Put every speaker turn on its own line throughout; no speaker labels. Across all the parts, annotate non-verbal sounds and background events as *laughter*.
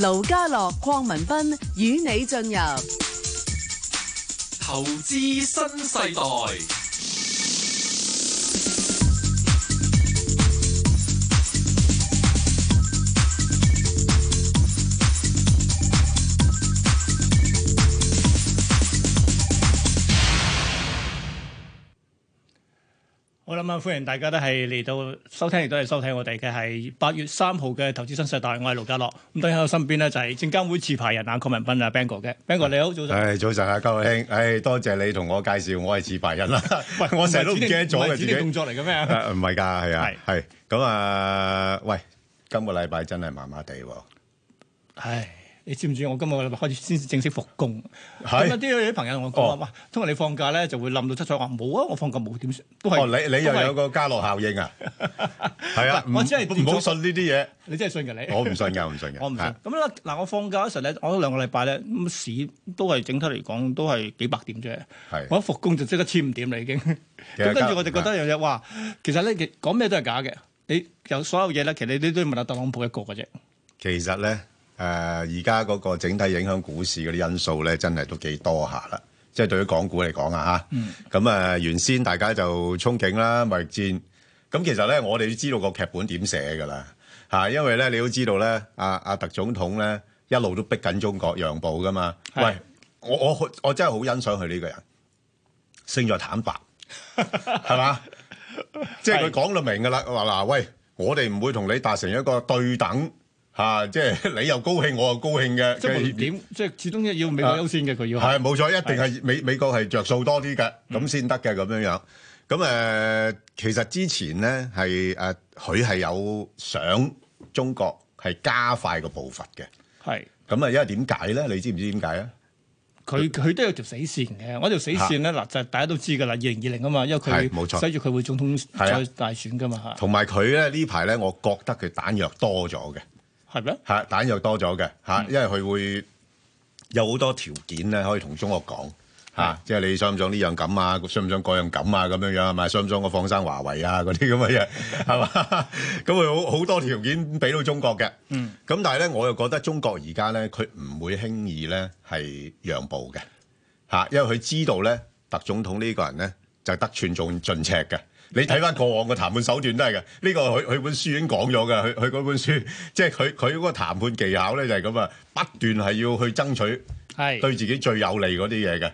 盧家樂、鄺文斌與你進入
投資新世代，
好啦，咁啊歡迎大家都係嚟到收聽，亦都係收睇我哋嘅係八月三號嘅投資新世代，我係盧家樂。咁當然喺我身邊咧就係證監會持牌人啊，鄺文斌啊，Bang 哥嘅，Bang 哥你好，早晨。
唉，早晨啊，高老兄，唉，多謝你同我介紹，我係持
*laughs*
牌人啦。喂，我成日都唔記得咗
唔係
嘅
指
自
定動
己。
作嚟嘅咩啊？
誒唔係㗎，係啊，係咁啊，喂，今個禮拜真係麻麻地喎。
唉，你知唔知我今個禮拜開始先正式復工？咁
係
有啲有啲朋友同我講話，
哦
哇，通常你放假咧就會冧到七彩，我話冇啊，我放假冇點算都係。
哦，你你又
都係
有個加落
*laughs*
效應啊？係啊，
唔係我只係
唔唔好信呢啲
你真係信㗎你？
嘢，我唔信㗎，我唔信嘅。
*laughs* 我唔信。
係
咁咧嗱，我放假嗰時咧，我嗰兩個禮拜咧，咁市都係整體嚟講都係幾百點啫。
係
我一復工就即刻千五點啦已經。
實
咁跟住我就覺得一樣嘢，哇！其實咧其講咩都係假嘅。你有所有嘢咧，其實你都要問下特朗普一個嘅啫。
其實咧，誒而家嗰個整體影響股市嗰啲因素咧，真係都幾多下啦。即係對於港股嚟講啊，嚇咁啊，原先大家就憧憬啦貿易戰。咁其實咧，我哋都知道個劇本點寫㗎啦嚇，因為咧你都知道咧，阿阿特總統咧一路都逼緊中國讓步㗎嘛。
係
喂，我我我真係好欣賞佢呢個人，勝在坦白，
*laughs*
係嘛？即係
係
佢講到明㗎啦，話嗱喂，我哋唔會同你達成一個對等嚇、啊即係 *laughs* 你又高興，我又高興嘅
即係無
嘅
論點，即係始終要美國優先嘅，嗯佢要
啊係冇錯，一定係美美國係着數多啲嘅，咁先得嘅咁樣樣。咁誒、呃其實之前咧係誒，佢、係有想中國係加快個步伐嘅。
係。
咁啊，因為點解咧？你知唔知點解啊？
佢佢都有條死線嘅，我條死線咧嗱就係大家都知㗎啦，二零二零啊嘛，因為佢
係冇錯
使住佢會總統
係啊
再大選㗎嘛，
同埋佢咧呢排咧，我覺得佢彈藥多咗嘅。
係咪啊？
嚇蛋又多咗嘅嚇，因為佢會有好多條件咧，可以同中國講嚇，即係你想唔想呢樣咁啊，想唔想嗰樣咁啊，咁樣樣係咪？想唔想我放生華為啊嗰啲咁嘅嘢係嘛？咁佢好好多條件俾到中國嘅。嗯，咁但係咧，我又覺得中國而家咧，佢唔會輕易咧係讓步嘅嚇，因為佢知道咧，特總統呢個人咧就得寸進進尺嘅。你睇翻過往嘅談判手段都係嘅，呢個佢佢本書已經講咗嘅，佢佢嗰本書即係佢佢嗰個談判技巧咧就係咁啊，不斷係要去爭取
係。
對自己最有利嗰啲嘢嘅，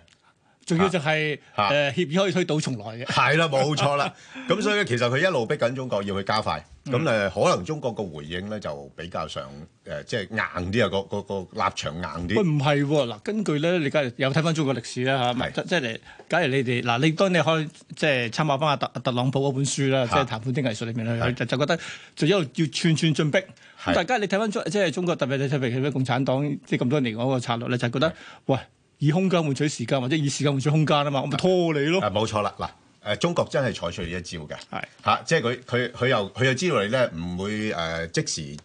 仲要就係
啊
誒協議可以推倒重來嘅，
係啦，冇錯啦。咁所以咧，其實佢一路逼緊中國要去加快，咁誒、可能中國個回應咧就比較上誒即係硬啲啊，個個個立場硬
喂
啲，
唔係喎嗱，根據咧你梗係有睇翻中國歷史啦嚇，
係
即即係你假如你哋嗱，你當你可以即係參考翻阿特特朗普嗰本書啦，即係
嚇
談判的藝術裏面咧，佢
係
就就覺得就一路要寸寸進逼。咁
係
大家你睇翻中即係中國特別你睇譬如共產黨即係咁多年嗰個策略咧，就係覺得喂以空間換取時間，或者以時間換取空間啊嘛，我咪拖你咯。
啊冇錯啦嗱。誒中國真係採取呢一招嘅，
係
嚇、即係佢佢佢又佢又知道你咧唔會誒、呃即時誒、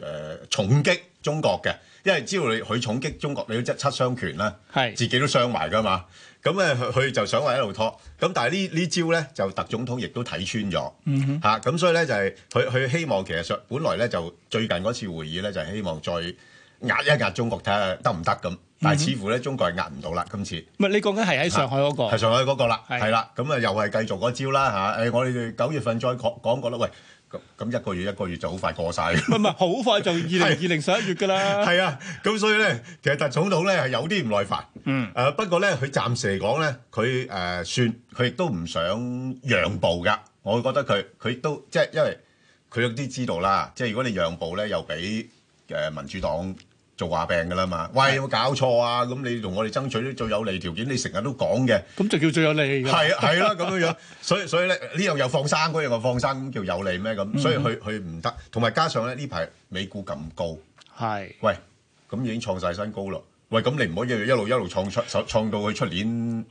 呃重擊中國嘅，因為知道你佢重擊中國，你都即七傷拳啦，
係
自己都傷埋噶嘛。咁咧佢佢就想話一路拖，咁但係呢呢招咧就特總統亦都睇穿咗，嚇咁、所以咧就係佢佢希望其實上本來咧就最近嗰次會議咧就係希望再壓一壓中國睇下得唔得咁，但係似乎咧中國係壓唔到啦今次。
唔係你講緊係喺上海嗰個
係上海嗰個啦，
係
係啦，咁啊又係繼續嗰招啦嚇。誒、我哋九月份再講講過啦。喂，咁咁一個月一個月就好快過晒。
唔係唔係好快就二零二零十一月㗎啦。
係啊，咁所以咧，其實特總統咧係有啲唔耐煩。嗯。誒、不過咧，佢暫時嚟講咧，佢誒、算，佢亦都唔想讓步㗎。我覺得佢佢都即係因為佢有啲知道啦，即係如果你讓步咧，又俾誒、民主黨做話病㗎啦嘛。喂，有冇搞錯啊？咁你同我哋爭取啲最有利條件，你成日都講嘅。
咁就叫最有利㗎。 *laughs*
係啊係啦，咁樣樣，所以所以咧呢樣又放生，嗰樣又放生，咁叫有利咩
嗯
咁？所以佢佢唔得，同埋加上咧呢排美股咁高，
係。
喂，咁已經創晒新高咯。喂，咁你唔可以一路一路創出創到去出年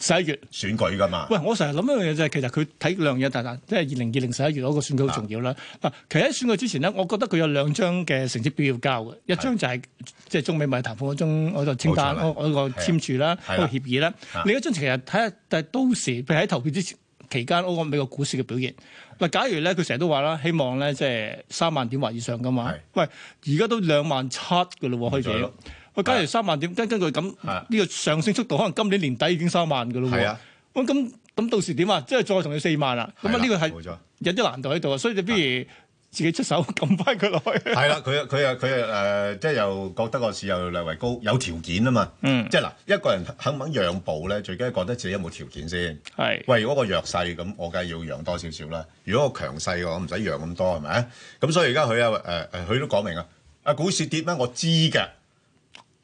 十一月。
選舉㗎嘛？
喂，我成日諗一樣嘢就係其實佢睇兩樣嘢，但但即係二零二零十一月嗰個選舉好重要啦。
啊
嗱，其實喺選舉之前咧，我覺得佢有兩張嘅成績表要交嘅，一張就係即係中美貿易談判嗰張嗰個清單，
冇錯啦
嗰嗰個
係啊
簽署啦，
係
嗰
啊
個協議啦
啊。
另一張其實睇下，但係到時譬如喺投票之前。期間嗰個美國股市嘅表現。嗱，假如咧佢成日都話啦，希望咧即係三萬點或以上噶嘛。喂，而家都兩萬七嘅咯喎，開
唔再
始
咯。
喂，假如三萬點，根根據咁
啊
呢個上升速度，可能今年年底已經三萬嘅咯
係
喎
啊。
喂，咁咁到時點啊？即係再同佢四萬啦。咁
係
啊，
啦
呢個係
冇錯
有啲難度喺度啊，所以你不如自己出手撳翻佢落去。
係啦，佢啊佢啊佢啊誒，即係又覺得個市又略為高，有條件啊嘛。
嗯
即係嗱，一個人肯唔肯讓步咧，最緊要覺得自己有冇條件先。
*laughs* 係
喂，如果個弱勢咁，我梗係要讓多少少啦。如果個強勢嘅，我唔使讓咁多係咪？啊咁所以而家佢啊誒誒，佢都講明啊，啊股市跌咩我知㗎，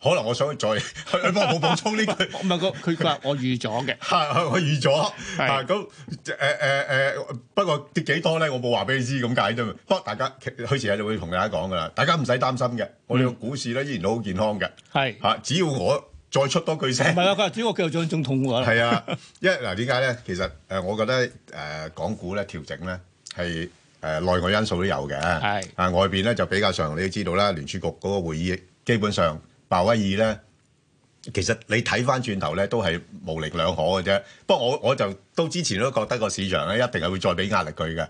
可能我想再 *laughs* 佢幫我冇補充呢句。
唔係個佢佢話我預咗嘅。
係係我預咗，
係
啊咁誒誒誒，不過跌幾多咧？我冇話俾你知咁解啫嘛。不過大家佢前日啊就會同大家講噶啦，大家唔使擔心嘅，我
嗯
哋個股市咧依然都好健康嘅，
係
嚇、只要我再出多句聲
唔。係啊？佢話主要我繼續做總統㗎啦。
係啊，因為嗱點解咧？其實誒、呃我覺得誒、呃港股咧調整咧係誒內外因素都有嘅。
係
啊，外邊咧就比較上你都知道啦，聯儲局嗰個會議基本上鮑威爾咧，其實你睇翻轉頭咧都係無力兩可嘅啫。不過我我就都之前都覺得個市場咧一定係會再俾壓力佢嘅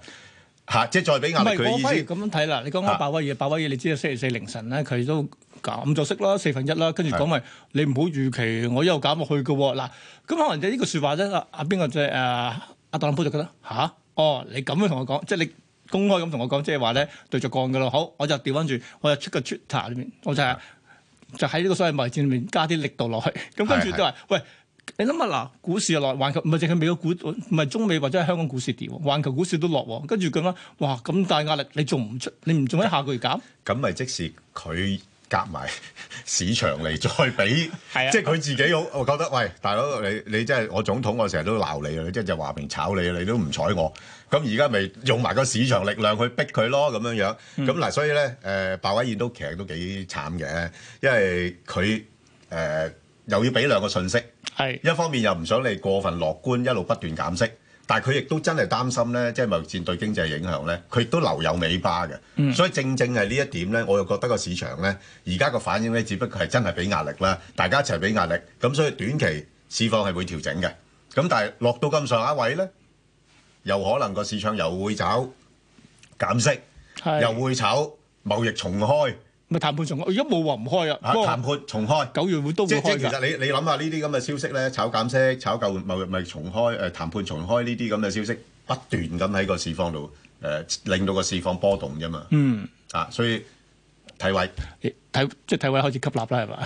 嚇，即係再俾
唔
壓力
係，
佢
我
意
不如
思。
咁樣睇啦。你講
啊
緊鮑威爾，鮑威爾你知道星期四凌晨咧，佢都減咗息啦，四分一啦，跟住講
係
咪你唔好預期我又減落去嘅喎。嗱，咁可能就呢個説話咧，阿阿邊個即係誒啊阿特朗普就覺得吓，哦，你咁樣同我講，即係你。公開咁同我講，即係話咧對着幹嘅咯，好，我就調翻轉，我就出個 Twitter 裏面，我就係、就喺呢個所謂貿易戰裏面加啲力度落去，咁跟
係
住都話喂。你諗下嗱，股市又落，環球唔係淨係美國股，唔係中美或者係香港股市跌喎，環球股市都落喎，跟住咁啦，哇咁大壓力，你仲唔出？你唔仲喺下個月減？
咁咪即使佢夾埋 *laughs* 市場嚟再俾
係啊，
即係佢自己好，我覺得喂，大佬你你真係我總統，我成日都鬧你啊，你即係就話明炒你啊，你都唔睬我。咁而家咪用埋個市場力量去逼佢咯，咁樣樣。
嗯
咁嗱、所以咧，誒、鮑威爾都其實都幾慘嘅，因為佢誒、又要俾兩個信息。
係
一方面又唔想你過分樂觀，一路不斷減息，但係佢亦都真係擔心咧，即係貿易戰對經濟影響咧，佢亦都留有尾巴嘅。所以正正係呢一點咧，我又覺得個市場咧而家個反應咧，只不過係真係俾壓力啦，大家一齊俾壓力，咁所以短期市況係會調整嘅。咁但係落到咁上下位咧，又可能個市場又會炒減息，又
係，
會炒貿易重開，
咪談判仲開？而家冇話唔開啊，
啊
不過
談判重開。
九月會都會
即即
開
其實
㗎。
你你諗下呢啲咁嘅消息咧，炒減息、炒舊貿易咪重開誒、呃、談判重開呢啲咁嘅消息，不斷咁喺個市況度誒，令到個市況波動啫嘛。
嗯，
啊，所以睇位
睇即係睇位開始吸納啦，係嘛？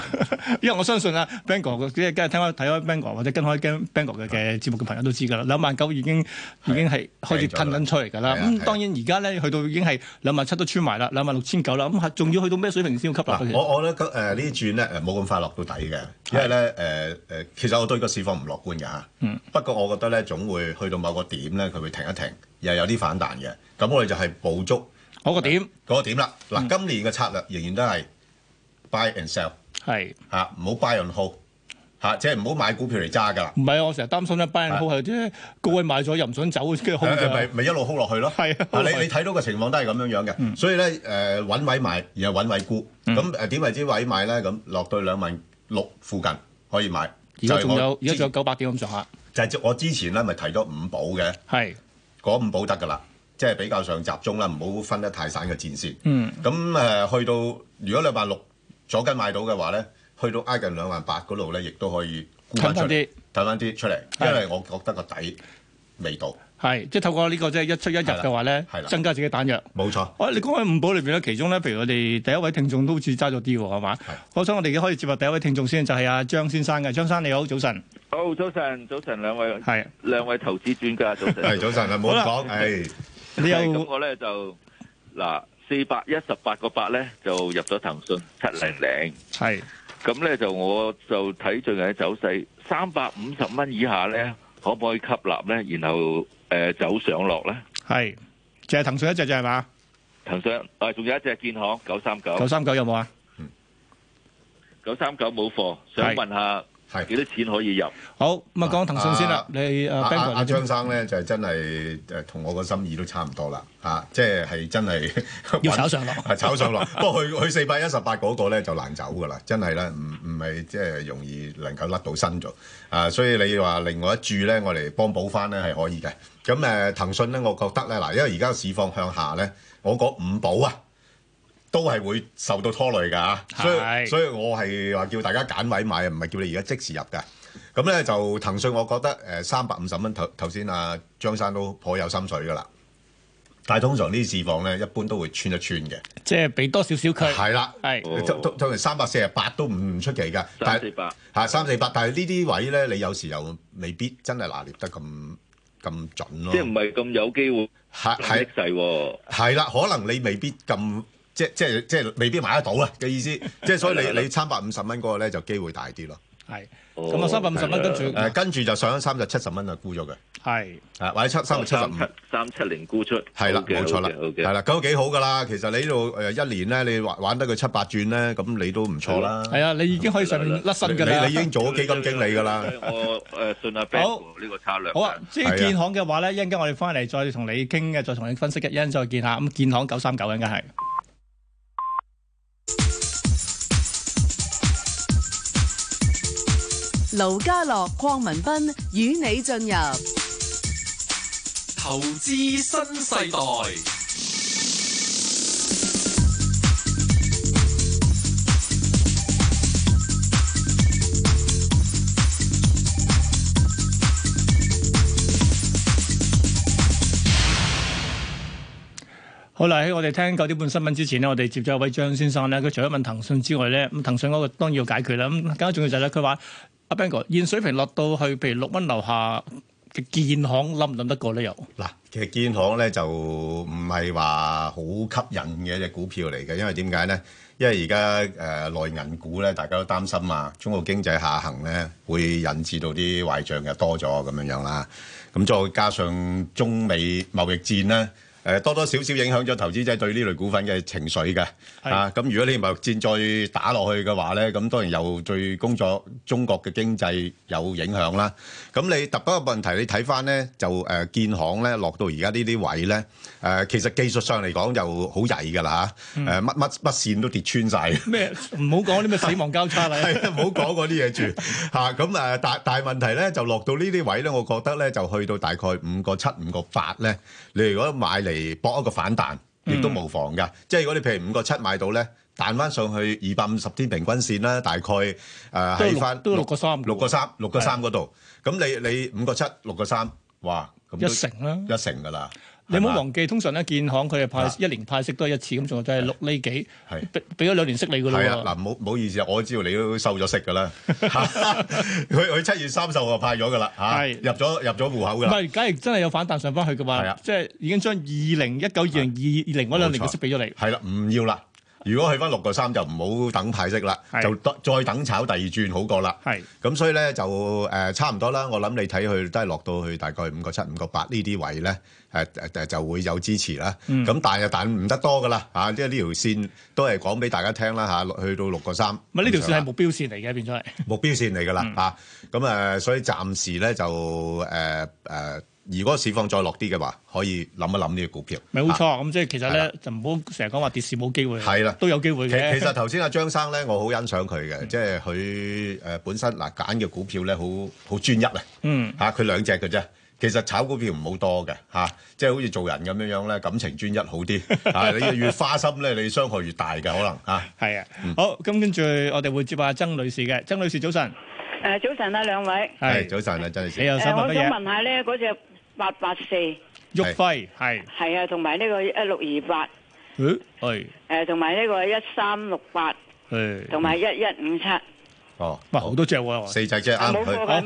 *laughs* 因為我相信啊 b a n g o 即係跟聽開睇開 b a n g o 或者跟開 b a n g o
啊
嘅嘅節目嘅朋友都知㗎啦，兩萬九已經已經係開始
掟咗啦
褪緊出嚟㗎啦。
係啊係
咁
啊
當然而家咧去到已經係兩萬七都穿埋啦，兩萬六千九啦。咁係仲要去到咩水平先要吸納
嗱，
佢？
我我咧誒呢一轉咧誒冇咁快落到底嘅，因為咧誒誒，其實我對個市況唔樂觀㗎嚇。嗯。不過我覺得咧總會去到某個點咧，佢會停一停，又有啲反彈嘅。咁我哋就係捕捉
我個點
嗰個點啦。嗱，
嗯
今年嘅策略仍然都係 buy and sell。
係。
嚇，啊唔好 buy on hold 嚇，即係唔好買股票嚟揸㗎啦，
唔係啊，我成日擔心咧，buy and hold 係啲高位買咗又唔想走，跟住空
誒誒啊咪
㗎。
咪一路 hold 落去咯。
係啊嗯
啊，你你睇到個情況都係咁樣樣嘅，所以咧誒揾位買，然後揾位沽，咁誒點為之位買咧？咁落到兩萬六附近可以買。
而
就
家
係
仲有，
我
而家仲有
之
九百點咁上下，
就係我之前咧咪提咗五保嘅，
係
嗰五保得㗎啦，即係比較上集中啦，唔好分得太散嘅戰線。
嗯，
咁誒、去到如果兩萬六左緊買到嘅話咧，去到挨近兩萬八嗰度咧，亦都可以沽翻出嚟，
睇
睇翻啲出嚟，
係
因為我覺得個底未到，
係，即係透過呢個即係一出一入嘅話咧
係，啦
增加自己彈藥。
冇 *laughs* 錯。
我哦你講喺五寶裏邊咧，其中咧，譬如我哋第一位聽眾都好似揸咗啲喎，係嘛？我想我哋而家可以接入第一位聽眾先，就係、阿張先生嘅。張生你好，早晨。
好，早晨，早晨，兩位
*laughs*
係
兩位投資專家，早晨。
係早晨啦，冇咁講，誒
你
係咁
有
我咧就嗱四百一十八個八咧就入咗騰訊七零零，
係
咁咧就我就睇最近嘅走勢，三百五十蚊以下咧可唔可以吸納咧？然後誒、呃走上落咧？
係，就係騰訊一隻就係嘛？
騰訊啊，仲有一隻建行九三
九
九，
三九有冇啊？
九三九冇貨，想
係
問下幾
係
多錢可以入？
好咁啊，講騰訊先啦
啊。
你呃
阿
誒 b
阿
a n
阿
g
張生咧就真係誒同我個心意都差唔多啦，嚇，即係係真係
要炒上落 *laughs*
*laughs* 係炒上落。不過佢佢四百一十八嗰個咧就難走㗎啦，真係咧唔唔咪即係容易能夠甩到身咗啊？所以你話另外一注咧，我哋幫補翻咧係可以嘅。咁誒、呃、騰訊咧，我覺得咧嗱，因為而家市況向下咧，我嗰五寶啊。都係會受到拖累㗎嚇，所以
係
所以我係話叫大家揀位買，唔係叫你而家即時入㗎。咁咧就騰訊，我覺得誒三百五十蚊頭頭先阿張生都頗有心水㗎啦。但係通常呢啲市況咧，一般都會穿一穿嘅，
即係俾多少少佢。
係啦，
係
哦
通通通常三百四十八都唔唔出奇㗎。
三
但係
四百。
嚇三四八，但係呢啲位咧，你有時又未必真係拿捏得咁咁準咯。
即係唔係咁有機會
係係
係勢喎？
係啦，可能你未必咁即即即未必買得到啊嘅意思，
*laughs*
即所
係
以
啦係
你
啦
你三百五十蚊嗰個咧就機會大啲咯。
係
哦
咁啊，三百五十蚊跟住
誒、跟住就上咗三十七十蚊就沽咗佢，
係
啊或者七三十七十
哦三
五，
七三七零沽出，
係啦，冇錯啦，
O
係
K，
啦，咁都幾好噶啦。其實你呢度誒一年咧，你玩玩得佢七八轉咧，咁你都唔錯啦。
係啊，你已經可以上面甩身㗎啦。
你你已經做咗基金經理噶啦。
我誒信阿 Ben 哥呢個策略。
好啊，至於
係啊
建行嘅話咧，一陣間我哋翻嚟再同你傾嘅，再同你分析嘅，一陣再見下。咁建行九三九應該係。
盧家樂、邝文斌與你進入
投資新世代，
好啦，喺我哋聽九點半新聞之前呢，我哋接咗一位張先生咧，佢除咗問騰訊之外咧，咁騰訊嗰個當然要解決啦。咁更加重要就係咧，佢話阿 Ben 哥現水平落到去譬如六蚊樓下嘅建行，冧唔冧得過咧？又
嗱，其實建行咧就唔係話好吸引嘅一隻股票嚟嘅，因為點解咧？因為而家誒內銀股咧，大家都擔心啊，中國經濟下行咧，會引致到啲壞帳又多咗咁樣樣啦。咁再加上中美貿易戰咧，誒、多多少少影響咗投資者對呢類股份嘅情緒嘅。
係
啊，咁如果你貿易戰再打落去嘅話咧，咁當然又對工作中國嘅經濟有影響啦。咁你特不過問題，你睇翻咧就誒、呃建行咧落到而家呢啲位咧，誒、其實技術上嚟講就好曳㗎啦
嗯
嚇，誒乜乜乜線都跌穿晒。 *laughs*
咩唔好講啲咩死亡交叉啦。
係啊，唔好講嗰啲
*laughs*
嘢住嚇。咁呃誒，大大問題咧就落到呢啲位咧，我覺得咧就去到大概五個七、五個八咧，你如果買嚟搏一個反彈，
嗯
亦都無妨噶。即係如果你譬如五個七買到咧，彈翻上去二百五十天平均線啦，大概誒
都
喺
六
翻
都六個三，
六個三、六個三嗰度。咁你你五個七、六個三，哇！咁都
一成啦。
一成噶啦，
你唔
係
好
嘛
忘記，通常咧建行佢係
啊
派一年派息都係一次，咁仲有就係六厘幾
係，
俾俾咗兩年息你㗎咯
係啊，
喎。
嗱，唔好唔好意思啊，我知道你都收咗息㗎啦， *laughs* 佢佢七月三十號就派咗㗎啦，嚇，
係
入咗入咗户口㗎
唔
啦，
係，假如真係有反彈上翻去嘅
係
話
啊，
即係已經將二零一九、二零二零嗰兩年嘅息俾咗你。
係啦，唔要啦。如果去翻六個三就唔好等派息啦，
係
就得再等炒第二轉好過啦。
係
咁所以咧就誒、呃差唔多啦，我諗你睇佢都係落到去大概五個七、五個八呢啲位咧，誒誒誒就會有支持啦。咁、
嗯
但係但唔得多噶啦啊嚇，即係呢條線都係講俾大家聽啦嚇，落去到六個三。
唔係呢條線係目標嗯線嚟嘅，變咗係。
目標線嚟㗎啦嚇。咁誒、呃所以暫時咧就誒誒、呃呃如果市況再落啲嘅話，可以諗一諗呢個股票。
咪冇錯，
啊
咁即係其實
係
咧就唔好成日講話跌市冇機會，
係啦
都有機會
其
嘅。
其實頭先阿張生咧，我好欣賞佢嘅，即係佢誒本身嗱揀嘅股票咧，好好專一啊。
嗯
嚇，佢兩隻嘅啫。其實炒股票唔好多嘅嚇、即係好似做人咁樣樣咧，感情專一好啲。
*laughs*
啊，你越花心咧，你傷害越大嘅可能嚇。
係啊，好咁跟住我哋會接下曾女士嘅，曾女士早晨，
誒，早晨啊，兩位。
係、
係
早晨啊，真係
你又想
誒，
問
我
乜
想
嘢？
問下咧，嗰只八八四
旭輝係，
係啊，同埋呢個一六二八，
誒係
誒，同埋呢個一三六八，
誒，
同埋一一五七，
哦，
哇好多隻喎，
四隻啫啱
冇貨
佢。
嘅，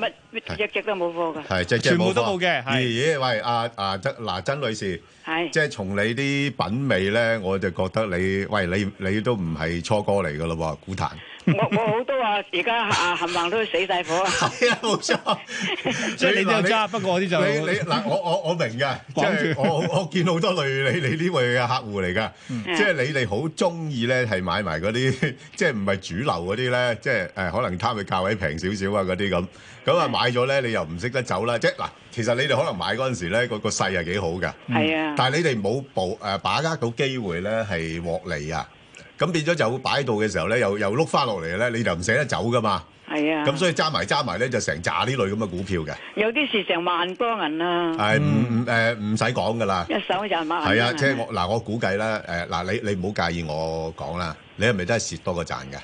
乜一隻都冇貨嘅，
係，隻隻
全部
貨
都冇嘅係
咦咦，喂，阿阿曾嗱曾女士，即
係
係從你啲品味咧，我就覺得你，喂，你你都唔係初哥嚟噶咯喎，股壇。
*laughs*
我我好多啊，而家啊冚唪唥都死晒火啊，
係啊，冇錯。
*laughs* 即係你都有揸，不過我啲就
你你嗱，我我我
*laughs*
明嘅，即
講住
係我我我見好多類你你呢類嘅客戶嚟噶，
嗯
即係你哋好中意咧係買埋嗰啲即係唔係主流嗰啲咧，即係誒可能貪佢價位平少少啊嗰啲咁，咁啊買咗咧你又唔識得走啦，即係嗱，其實你哋可能買嗰陣時咧個個勢係幾好㗎。
係啊，
但係你哋冇捕誒把握到機會咧，係獲利啊！咁咁變咗就擺喺度嘅時候咧，又又碌翻落嚟咧，你就唔捨得走噶嘛。
係啊，
咁所以揸埋揸埋咧，就成扎呢類咁嘅股票嘅，
有啲事成萬多人
嗯
啊，
係唔唔誒唔使講噶啦。
一手就萬多
係
人
嗯
啊，即係我嗱，我估計啦，誒嗱，你你唔好介意我講啦，你係咪都係蝕多過賺嘅？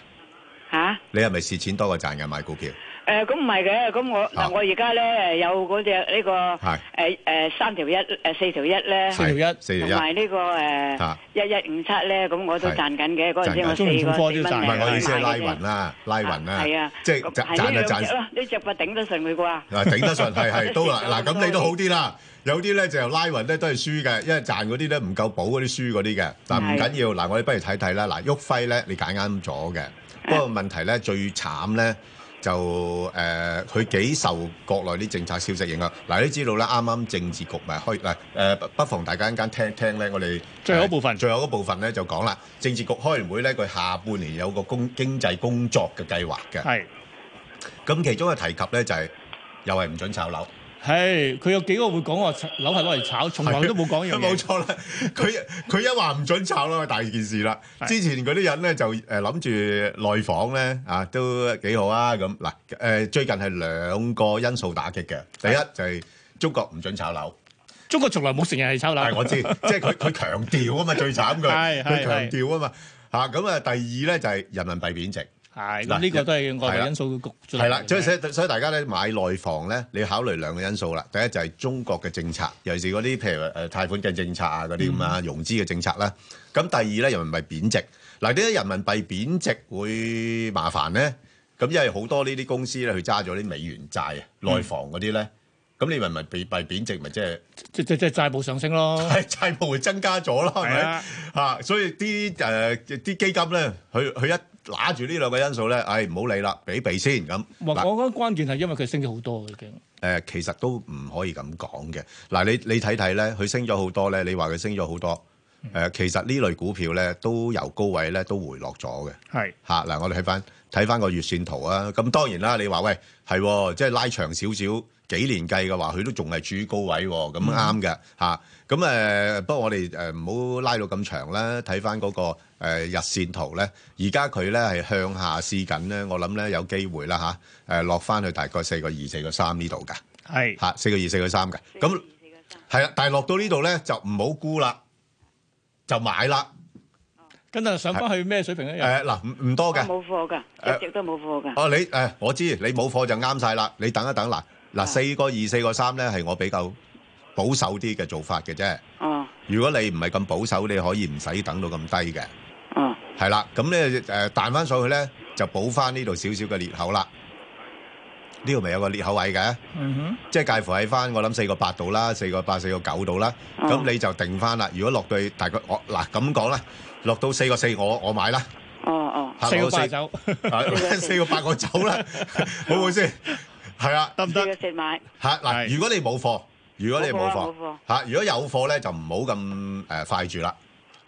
嚇
你係咪蝕錢多過賺嘅買股票？
誒咁唔係嘅，咁我
啊
嗱我而家咧有嗰只呢個
係
誒誒三條一誒四條一咧，
哦四條一
係四條
同
一，
埋呢個誒
啊
一一五七咧，咁我都
係
賺緊嘅。嗰陣時
賺緊
我四
中原重
個
科
四
都
唔
賺
蚊
係
緊
我意思係
買
拉
嘅
雲啦，拉雲啦，
係啊，
即係
咁
賺賺
係呢
就
兩隻
賺。
咯，呢只咪頂得順佢啩？
嗱，頂得順係 *laughs* 係都啦，嗱
都
咁你都好啲啦。有啲咧就拉雲咧都係輸嘅，因為賺嗰啲咧唔夠補嗰啲輸嗰啲嘅。嗱唔
係
緊要，嗱我哋不如睇睇啦。嗱，旭輝咧你揀啱咗嘅，不過問題咧最慘咧就誒佢幾受國內啲政策消息影響。嗱你知道啦，啱啱政治局咪開嗱誒，不不妨大家一間聽聽咧，我哋
最後一部分
最後一部分咧就講啦，政治局開完會咧，佢下半年有個工經濟工作嘅計劃嘅。
係
咁其中嘅提及咧就係又係唔准炒樓，
係，佢有幾個會講話樓係攞嚟炒，從來都冇講呢樣嘢。 *laughs*
冇錯啦。佢佢一話唔准炒樓，大件事啦。
係
之前嗰啲人咧就誒諗住內房咧啊都幾好啊咁嗱誒，最近係兩個因素打擊嘅，第一就係中國唔准炒樓。
中國從來冇承認係炒樓。
但係
*laughs*
我知，即係佢佢強調啊嘛，最慘佢，
係係
佢強
係
調啊嘛嚇。咁啊，第二咧就係人民幣貶值。
係
嗱
咁呢個都係外
係啦
圍因素局
係啦，所以所以所以大家咧買內房咧，你要考慮兩個因素啦。第一就係中國嘅政策，尤其是嗰啲譬如誒貸款嘅政策啊嗰啲咁啊，融資嘅政策啦。咁第二咧，人民幣貶值。嗱，點解人民幣貶值會麻煩咧？咁因為好多呢啲公司咧，佢揸咗啲美元債啊，內房嗰啲咧，咁你人民幣幣貶值咪即係？ *laughs*
即即即係債務上升咯。
係債務會增加咗啦，係
係
咪
啊
嚇？所以啲誒啲基金咧，佢佢一揦住呢兩個因素咧，唉唔好理啦，俾避先咁。
我
嗱
我覺得關鍵係因為佢升咗好多已經。
誒、呃其實都唔可以咁講嘅。嗱，你你睇睇咧，佢升咗好多咧，你話佢升咗好多，誒、其實呢類股票咧都由高位咧都回落咗嘅。
係
嚇嗱，我哋睇翻睇翻個月線圖啊。咁當然啦，你話喂係喎，即係拉長少少幾年計嘅話，佢都仲係處於高位喎，咁啱嘅嚇。咁誒、不過我哋誒唔好拉到咁長啦，睇翻嗰個誒日線圖咧，而家佢咧係向下試緊咧，我諗咧有機會啦嚇，呃誒落翻去大概四個二、四個三呢度㗎
係
嚇，四個二、四個三嘅。咁係啊啦，但係落到呢度咧就唔好沽啦，就買啦。
跟住上翻去咩水平咧？
誒、
又
嗱，唔唔多
我
嘅。
哦冇貨㗎，一直都冇貨㗎。
哦，你誒，我知你冇貨就啱晒啦。你等一等嗱嗱，
啊
四個二、四個三咧係我比較保守啲嘅做法嘅啫。
哦
如果你唔係咁保守，你可以唔使等到咁低嘅，
哦，
係啦。咁咧誒彈翻上去咧，就補翻呢度少少嘅裂口啦。呢度咪有個裂口位嘅，
嗯哼，
即係介乎喺翻我諗四個八度啦，四個八、四個九度啦。
哦
咁你就定翻啦。如果落到去大概我嗱咁講啦，落到四個四，我我買啦。
哦哦，
嚇
四個
落到
八走，
啊 *laughs* 四個八個走 *laughs* 啦，好唔好先？係啊。
得唔
呢
得？
個食買，
嚇嗱，
係
如果你冇貨，如果你冇貨
冇貨啊
嚇，如果有貨咧就唔好咁誒快住啦，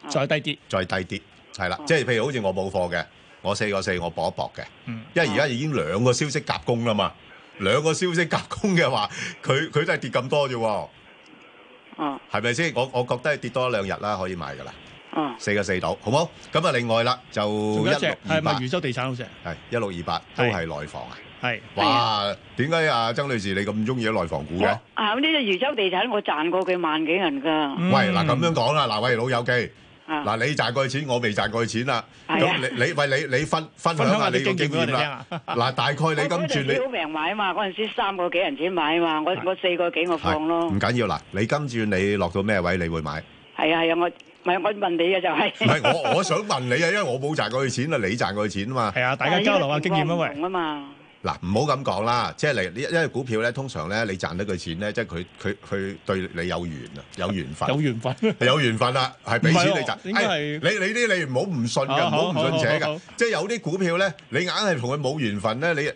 再低啲。
再低啲係啦
哦。
即係譬如好似我冇貨嘅，我四個四我搏一搏嘅，
嗯
因為而家已經兩個消息夾攻啦嘛，兩個消息夾攻嘅話，佢佢都係跌咁多啫喎，
哦
係咪先？我我覺得係跌多一兩日啦，可以買噶啦，
哦，
四個四度，好冇？咁啊，另外啦就
仲
一
有一隻
六
係
二
咪
八
漁，州地產嗰只？
係一六二八都係內房啊！
係
哇，點解啊，曾女士你咁中意內房股嘅？
啊咁呢只漁州地產我賺過佢萬幾銀㗎，
嗯
喂，嗱咁樣講啦，嗱喂老友記。
啊
嗱，你賺過錢，我未賺過錢啦。
係啊
咁你你喂你你分分享
分享
下
下
你
你
個
經
經
驗俾我哋
驗
聽
啦
啊。
嗱，大概你
我
咁
嗰
算
陣
你
時好平買嘛，嗰陣時三個幾銀錢買嘛，我我四個幾我
係
放咯
唔，緊要啦。你今轉你落到咩位你會買？
係啊係啊，我唔係我問你嘅就
唔
係，
係我我想問你啊，因為我冇賺過佢錢啊，你賺過佢錢啊嘛。
係啊，大家交
*laughs*
流下經驗啊，喂。
啊嘛，
嗱，唔好咁講啦，即係你因為股票咧，通常咧你賺得佢錢咧，即係佢佢佢對你有緣啊，有緣分。
有緣分，
有緣分啦，係俾錢你賺。
唔係喎應該係
哎你你啲你唔好唔信嘅，
好
唔好唔信邪
好好
嘅
好。
即係有啲股票咧，你硬係同佢冇緣分咧，你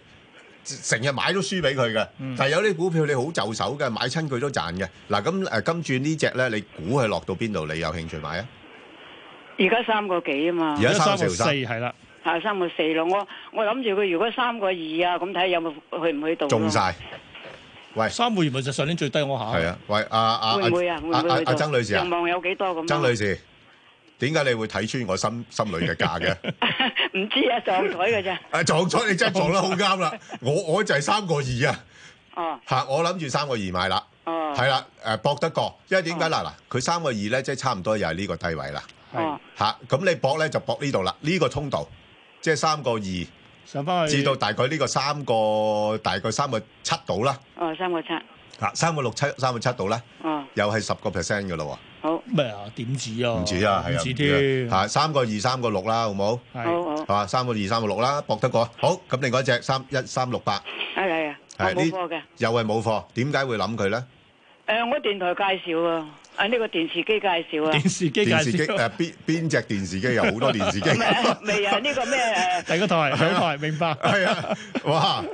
成日買都輸俾佢嘅。但係有啲股票你好就手嘅，買親佢都賺嘅。嗱咁誒，今轉呢只咧，你估佢落到邊度？你有興趣買啊？
而家三個幾啊嘛
而家。三
三
四
個
條
四
三
係啦，
下三個四咯，我我諗住佢如果三個二啊，咁睇下有冇去唔去到咯
中晒
三個月咪就上年最低我下。
係啊！喂，阿阿
會唔會啊？會唔會去
阿
到？
阿曾女士啊
上，望有幾多咁啊？
曾女士點解你會睇穿我心心裏嘅價嘅？
*laughs* 唔知啊，上台嘅啫。
啊撞咗你真係撞得好啱啦！我我就係三個二啊，
哦
嚇我諗住三個二買啦，
哦
係啦誒搏得過，因為點解
哦
嗱嗱佢三個二咧，即係差唔多又係呢個低位啦
哦，
嚇，咁你搏咧就搏呢度啦，呢個通道即係三個二
上翻去
至到大概呢個三個大概三個七度啦
哦三個七，
嚇，三個六七三個七度啦，
哦
又係十個 percent 嘅咯
好，
咩啊？點止
喎，
啊？
唔止啊，係
唔
啊，
止
唔止
添，
啊嚇三個二三個六啦，好冇？
係
好好，
啊，三個二三個六啦，搏得過。好，咁另外一隻三一三六八
係係啊，我
係
冇
呢
貨嘅。
又係冇貨，點解會諗佢咧？
誒，我電台介紹啊，啊呢個電視機介紹啊
電。視機介
電視機
紹，
誒邊邊隻電視機有好多電視機，
*laughs* 未啊？呢個咩誒？
第一個台、兩台，明白？
係啊，哇！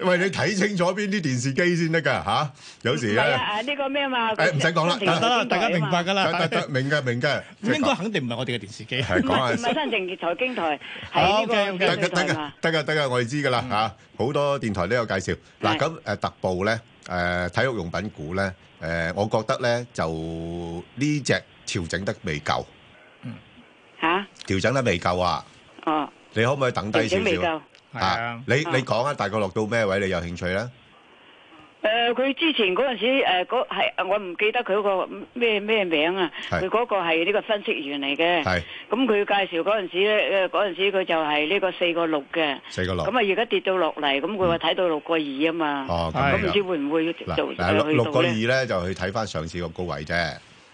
喂，你睇清楚邊啲電視機先得㗎嚇，有時
唔係
咧
啊！誒呢個咩嘛？
誒唔使講啦
新
得
城
啦，
電
大家
台啊
明
嘛
白㗎
得得
啦。
得，明㗎明㗎，即係
應該肯定唔係我哋嘅電視機。
係
唔係唔
講下
係。新城財經台，係呢個
OK，OK，
得
電
嘅
視台
得嘅
嘛？
得嘅得嘅，我哋知㗎啦嚇，好多電台都有介紹。嗱
係
咁誒特步咧，誒體育用品股咧，誒我覺得咧就呢只調整得未夠，
嚇？
調整得未夠啊！
哦，
你可唔可以等低
調
少
整未
少
夠。
係啊，
你
啊
你講啊，大概落到咩位你有興趣咧？
誒，佢之前嗰陣時誒，嗰係我唔記得佢個咩咩名啊？
係
佢嗰個係呢個分析員嚟嘅。
係
咁佢介紹嗰陣時咧，誒嗰陣時佢就係呢個四個六嘅。
四個六
咁。啊，而家跌到落嚟，咁佢話睇到六個二啊嘛。
哦，咁
係
咁
樣
唔知會唔會
嗱，
做去
嗱，六-
到啊咧？
六個二呢，就去睇返上次個高位啫。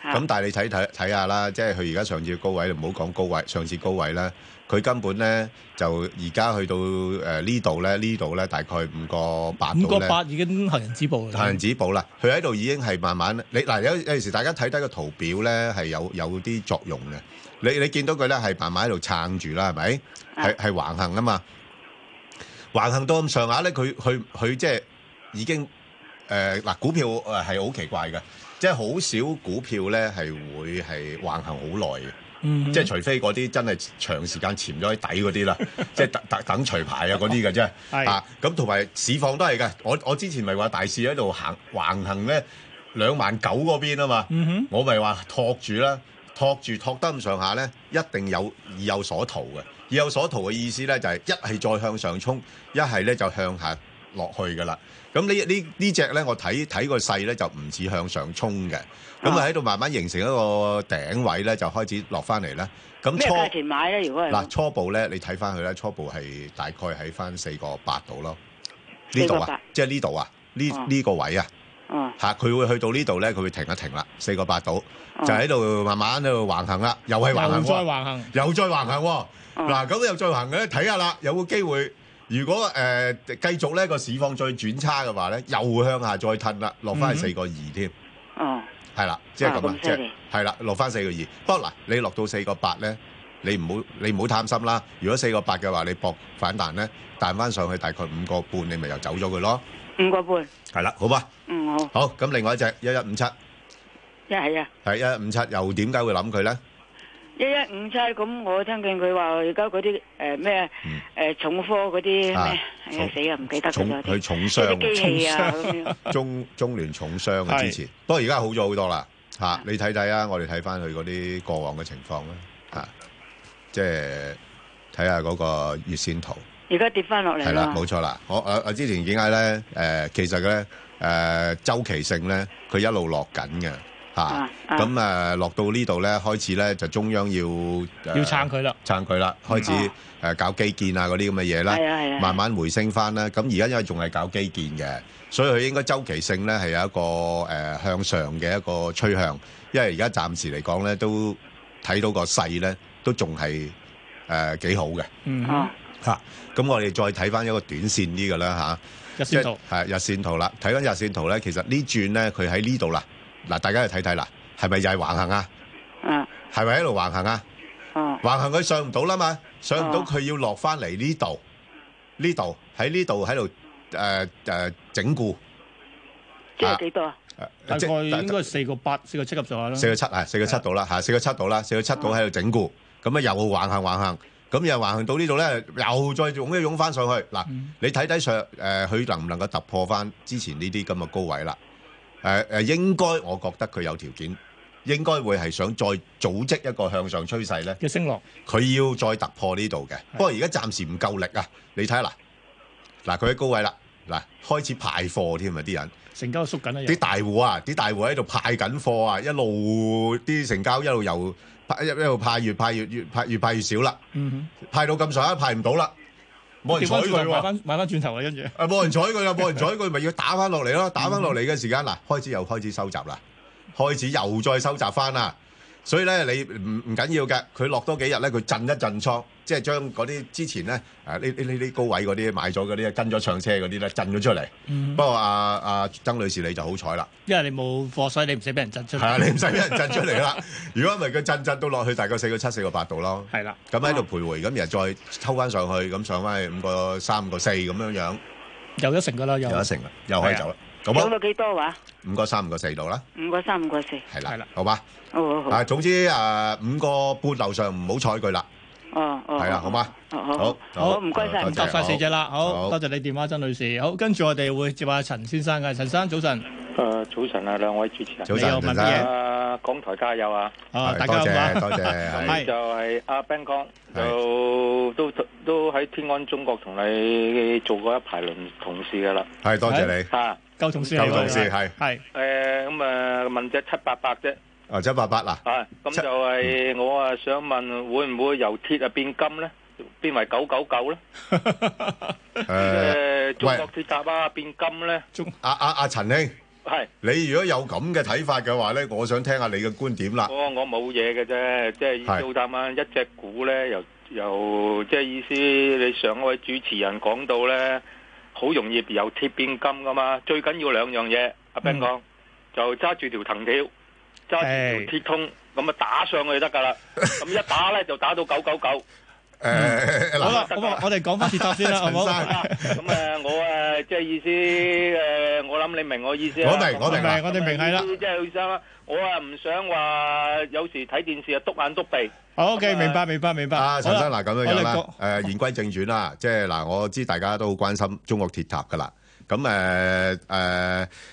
嚇
咁但係你睇-睇-睇下啦，即係佢而家上次個高位，唔好講高位，上次高位啦，佢根本呢，就而家去到，呃，呢度呢，呢度呢，大概五個八度呢，
五個八已經行人止步啦。
行人止步啦，佢喺度已經係慢慢-你-嗱，有-有時大家睇低個圖表呢，係有-有啲作用嘅。你-你見到佢呢，係慢慢喺度撐住啦，係咪？
啊。
係-係橫行啊嘛。橫行到咁上下呢，佢-佢-佢即係已經誒嗱、股票誒係好奇怪嘅，即係好少股票咧係會係橫行好耐嘅，
嗯
即係除非嗰啲真係長時間潛咗喺底嗰
*laughs*
啲啦，即係等等等除牌啊嗰啲嘅啫。
係
啊，咁同埋市況都係嘅。我我之前咪話大市喺度行橫行咧兩萬九嗰邊啊嘛，
嗯
我咪話托住啦，托住托得咁上下咧，一定有意有所圖嘅。意有所圖嘅意思咧就係、一係再向上衝，一係咧就向下落去噶啦。咁呢呢呢只咧，我睇睇個勢咧就唔似向上衝嘅，咁啊喺度慢慢形成一個頂位咧，就開始落翻嚟啦。咁
咩
初
價錢啊買咧？如果係
嗱
咁
初步咧，你睇翻佢咧，初步係大概喺翻四個八度咯，呢度
4.8
啊，即係呢度啊，呢
哦
呢個位啊。
哦
嚇，佢會去到呢度咧，佢會停一停啦，四個八度
哦
就喺度慢慢喺度橫行啦，又係
又
橫行
再
喎，
橫行，
又再橫行喎。
哦
嗱，咁又再橫行咧，睇下啦，有冇機會？如果誒繼續咧個市況再轉差嘅話咧，又向下再褪啦，落翻去四個二添，
哦
係啦，即係咁
嗯啊
啊
咁，
即
犀
係
利
係啦，落翻四個二。不過嗱，你落到四個八咧，你唔好你唔好貪心啦。如果四個八嘅話，你搏反彈咧，彈翻上去大概五個半，你咪又走咗佢咯。
五個半，
係啦，好嘛，
嗯好，
好咁，另外一隻一一五七。
一係啊。
係一五七又點解會諗佢咧？
一一五七咁，我聽見佢話而家嗰啲誒咩
嗯
誒重科嗰啲咩，
啊
哎
重
呀死啊唔記得
重
佢嗰
佢
啲
重
嗰啲
傷
機器啊咁樣。
啊，中中聯重傷啊，
係
之前不過而家好咗好多啦嚇、
啊
你睇睇啊，我哋睇翻佢嗰啲過往嘅情況啦嚇、即係睇下嗰個月線圖
而家跌翻落嚟
係啦，
啦。
冇錯啦。我我我之前點解咧？誒、其實咧誒、周期性咧，佢一路落緊嘅嚇
啊，啊
咁誒、落到呢度咧，開始咧就中央要、呃
要撐佢啦。
撐佢啦，開始
嗯
誒搞基建啊嗰啲咁嘅嘢啦
係啊係啊係，啊
慢慢回升翻啦。咁而家因為仲係搞基建嘅，所以佢應該周期性咧係有一個誒向上嘅一個趨向。因為而家暫時嚟講咧，都睇到個勢咧都仲係誒幾好嘅
嗯哼，
哦，
嚇。咁我哋再睇翻一個短線啲嘅啦嚇。
日
即
線圖
係日線圖啦，睇翻日線圖咧，其實呢轉咧佢喺呢度啦，嗱大家去睇睇啦，係咪又係橫行啊？
啊
係咪喺度橫行啊？
哦
橫行佢上唔到啦嘛，上唔到
哦
佢要落翻嚟呢度，呢度喺呢度喺度誒誒整固，
即係幾多啊？
大
呃即
概應該四個八、四個七咁上下啦。
四個七啊，四個七度啦嚇，四個七度啦，四個七度喺度整固，咁啊又橫行橫行，咁又橫行到呢度咧，又再湧一湧翻上去嗱，
嗯
你睇睇上誒佢能唔能夠突破翻之前呢啲咁嘅高位啦？誒誒應該我覺得佢有條件一應該會係想再組織一個向上趨勢咧，
嘅升浪，
佢要再突破呢度嘅。不過而家暫時唔夠力啊！你睇下嗱，嗱佢喺高位啦，嗱開始派貨添啊啲人。
成交縮緊啦又
啲。大户啊，啲大户喺度派緊貨啊，一路啲成交一路由派一一路派越派越越派越派越少啦，
嗯
派到咁上下派唔到啦，
哼，
冇人睬佢
買
喎，
翻買翻轉頭啊，跟住
啊冇人睬佢啦，冇人睬佢，咪要打翻落嚟咯，
嗯
打翻落嚟嘅時間嗱，開始又開始收集啦，開始又再收集翻啦。所以咧，你唔唔緊要嘅，佢落多幾日咧，佢震一震倉，即係將嗰啲之前咧，啊呢呢呢啲高位嗰啲買咗嗰啲跟咗上車嗰啲咧，震咗出嚟。
嗯
不過啊啊曾女士你就好彩啦。
因為你冇貨，所以你唔使俾人震出
係啊，
嚟。
你唔使俾人震出嚟啦。如果唔係，佢震震到落去大概四個七、四個八度咯。
係啦，
咁喺度徘徊，咁然後再抽翻上去，咁上翻去五個三、五個四咁樣樣，
有一成噶啦，有
有一成啦，又可以走啦。咁
走
啊，
到幾多話？
五個三、五個四度啦，
五個三，五個四。
係
係
啦
啦，
好嘛？
哦，好好
啊，總之誒五個半樓上唔好睬佢啦，
哦哦。
係啊，好嘛？
哦好
好，
好唔該晒
多謝
咁答晒四隻啦，好
好
多謝你電話，曾女士。好，跟住我哋會接下陳先生嘅，陳生早晨，
誒、早晨啊，兩位主持人。
早
你又
晨，
問
陳
乜嘢
誒、
生，
港台加油啊！
啊，大
多
家好
謝
嘛？
多
*laughs*
謝，係
係
就係阿 Ben 哥
係
就都都喺天安中國同你做過一排輪同事噶啦
係多謝你。
嚇。啊
夠同事嚟
舊
喎，
同事係
係
誒咁啊，問只七八八啫
啊，七八八嗱，
啊，咁
七嗯
就係我啊想問，會唔會由鐵啊變金咧，變為九九九咧？
*laughs* 誒，
誒，中國鐵塔啊變金咧，
阿阿阿陳兄。
係
你如果有咁嘅睇法嘅話咧，我想聽下你嘅觀點啦。
我我冇嘢嘅啫，即
係
係到答晚一隻股咧，由由即係意思，你上一位主持人講到咧，好容易由鐵變金噶嘛，最緊要兩樣嘢。阿 Ben 講就揸住條藤條，揸住條鐵通，咁啊打上去就得
*laughs*
噶啦。咁一打咧就打到九九九。
誒
好
嗱，
啦，咁我我哋講翻鐵塔先啦，好
陳
唔好？
生，
咁誒，我誒即係意思誒，我諗你明我意思啦
我明我明
啦我哋明係啦
即係意思啦，我啊唔想話有時睇電視啊篤眼篤鼻。
好，OK，明白，明白，明白。
啊，陳生嗱咁樣樣啦
我哋講，
誒言歸正傳啦， *laughs* 即係嗱，我知大家都好關心中國鐵塔噶啦。咁誒誒，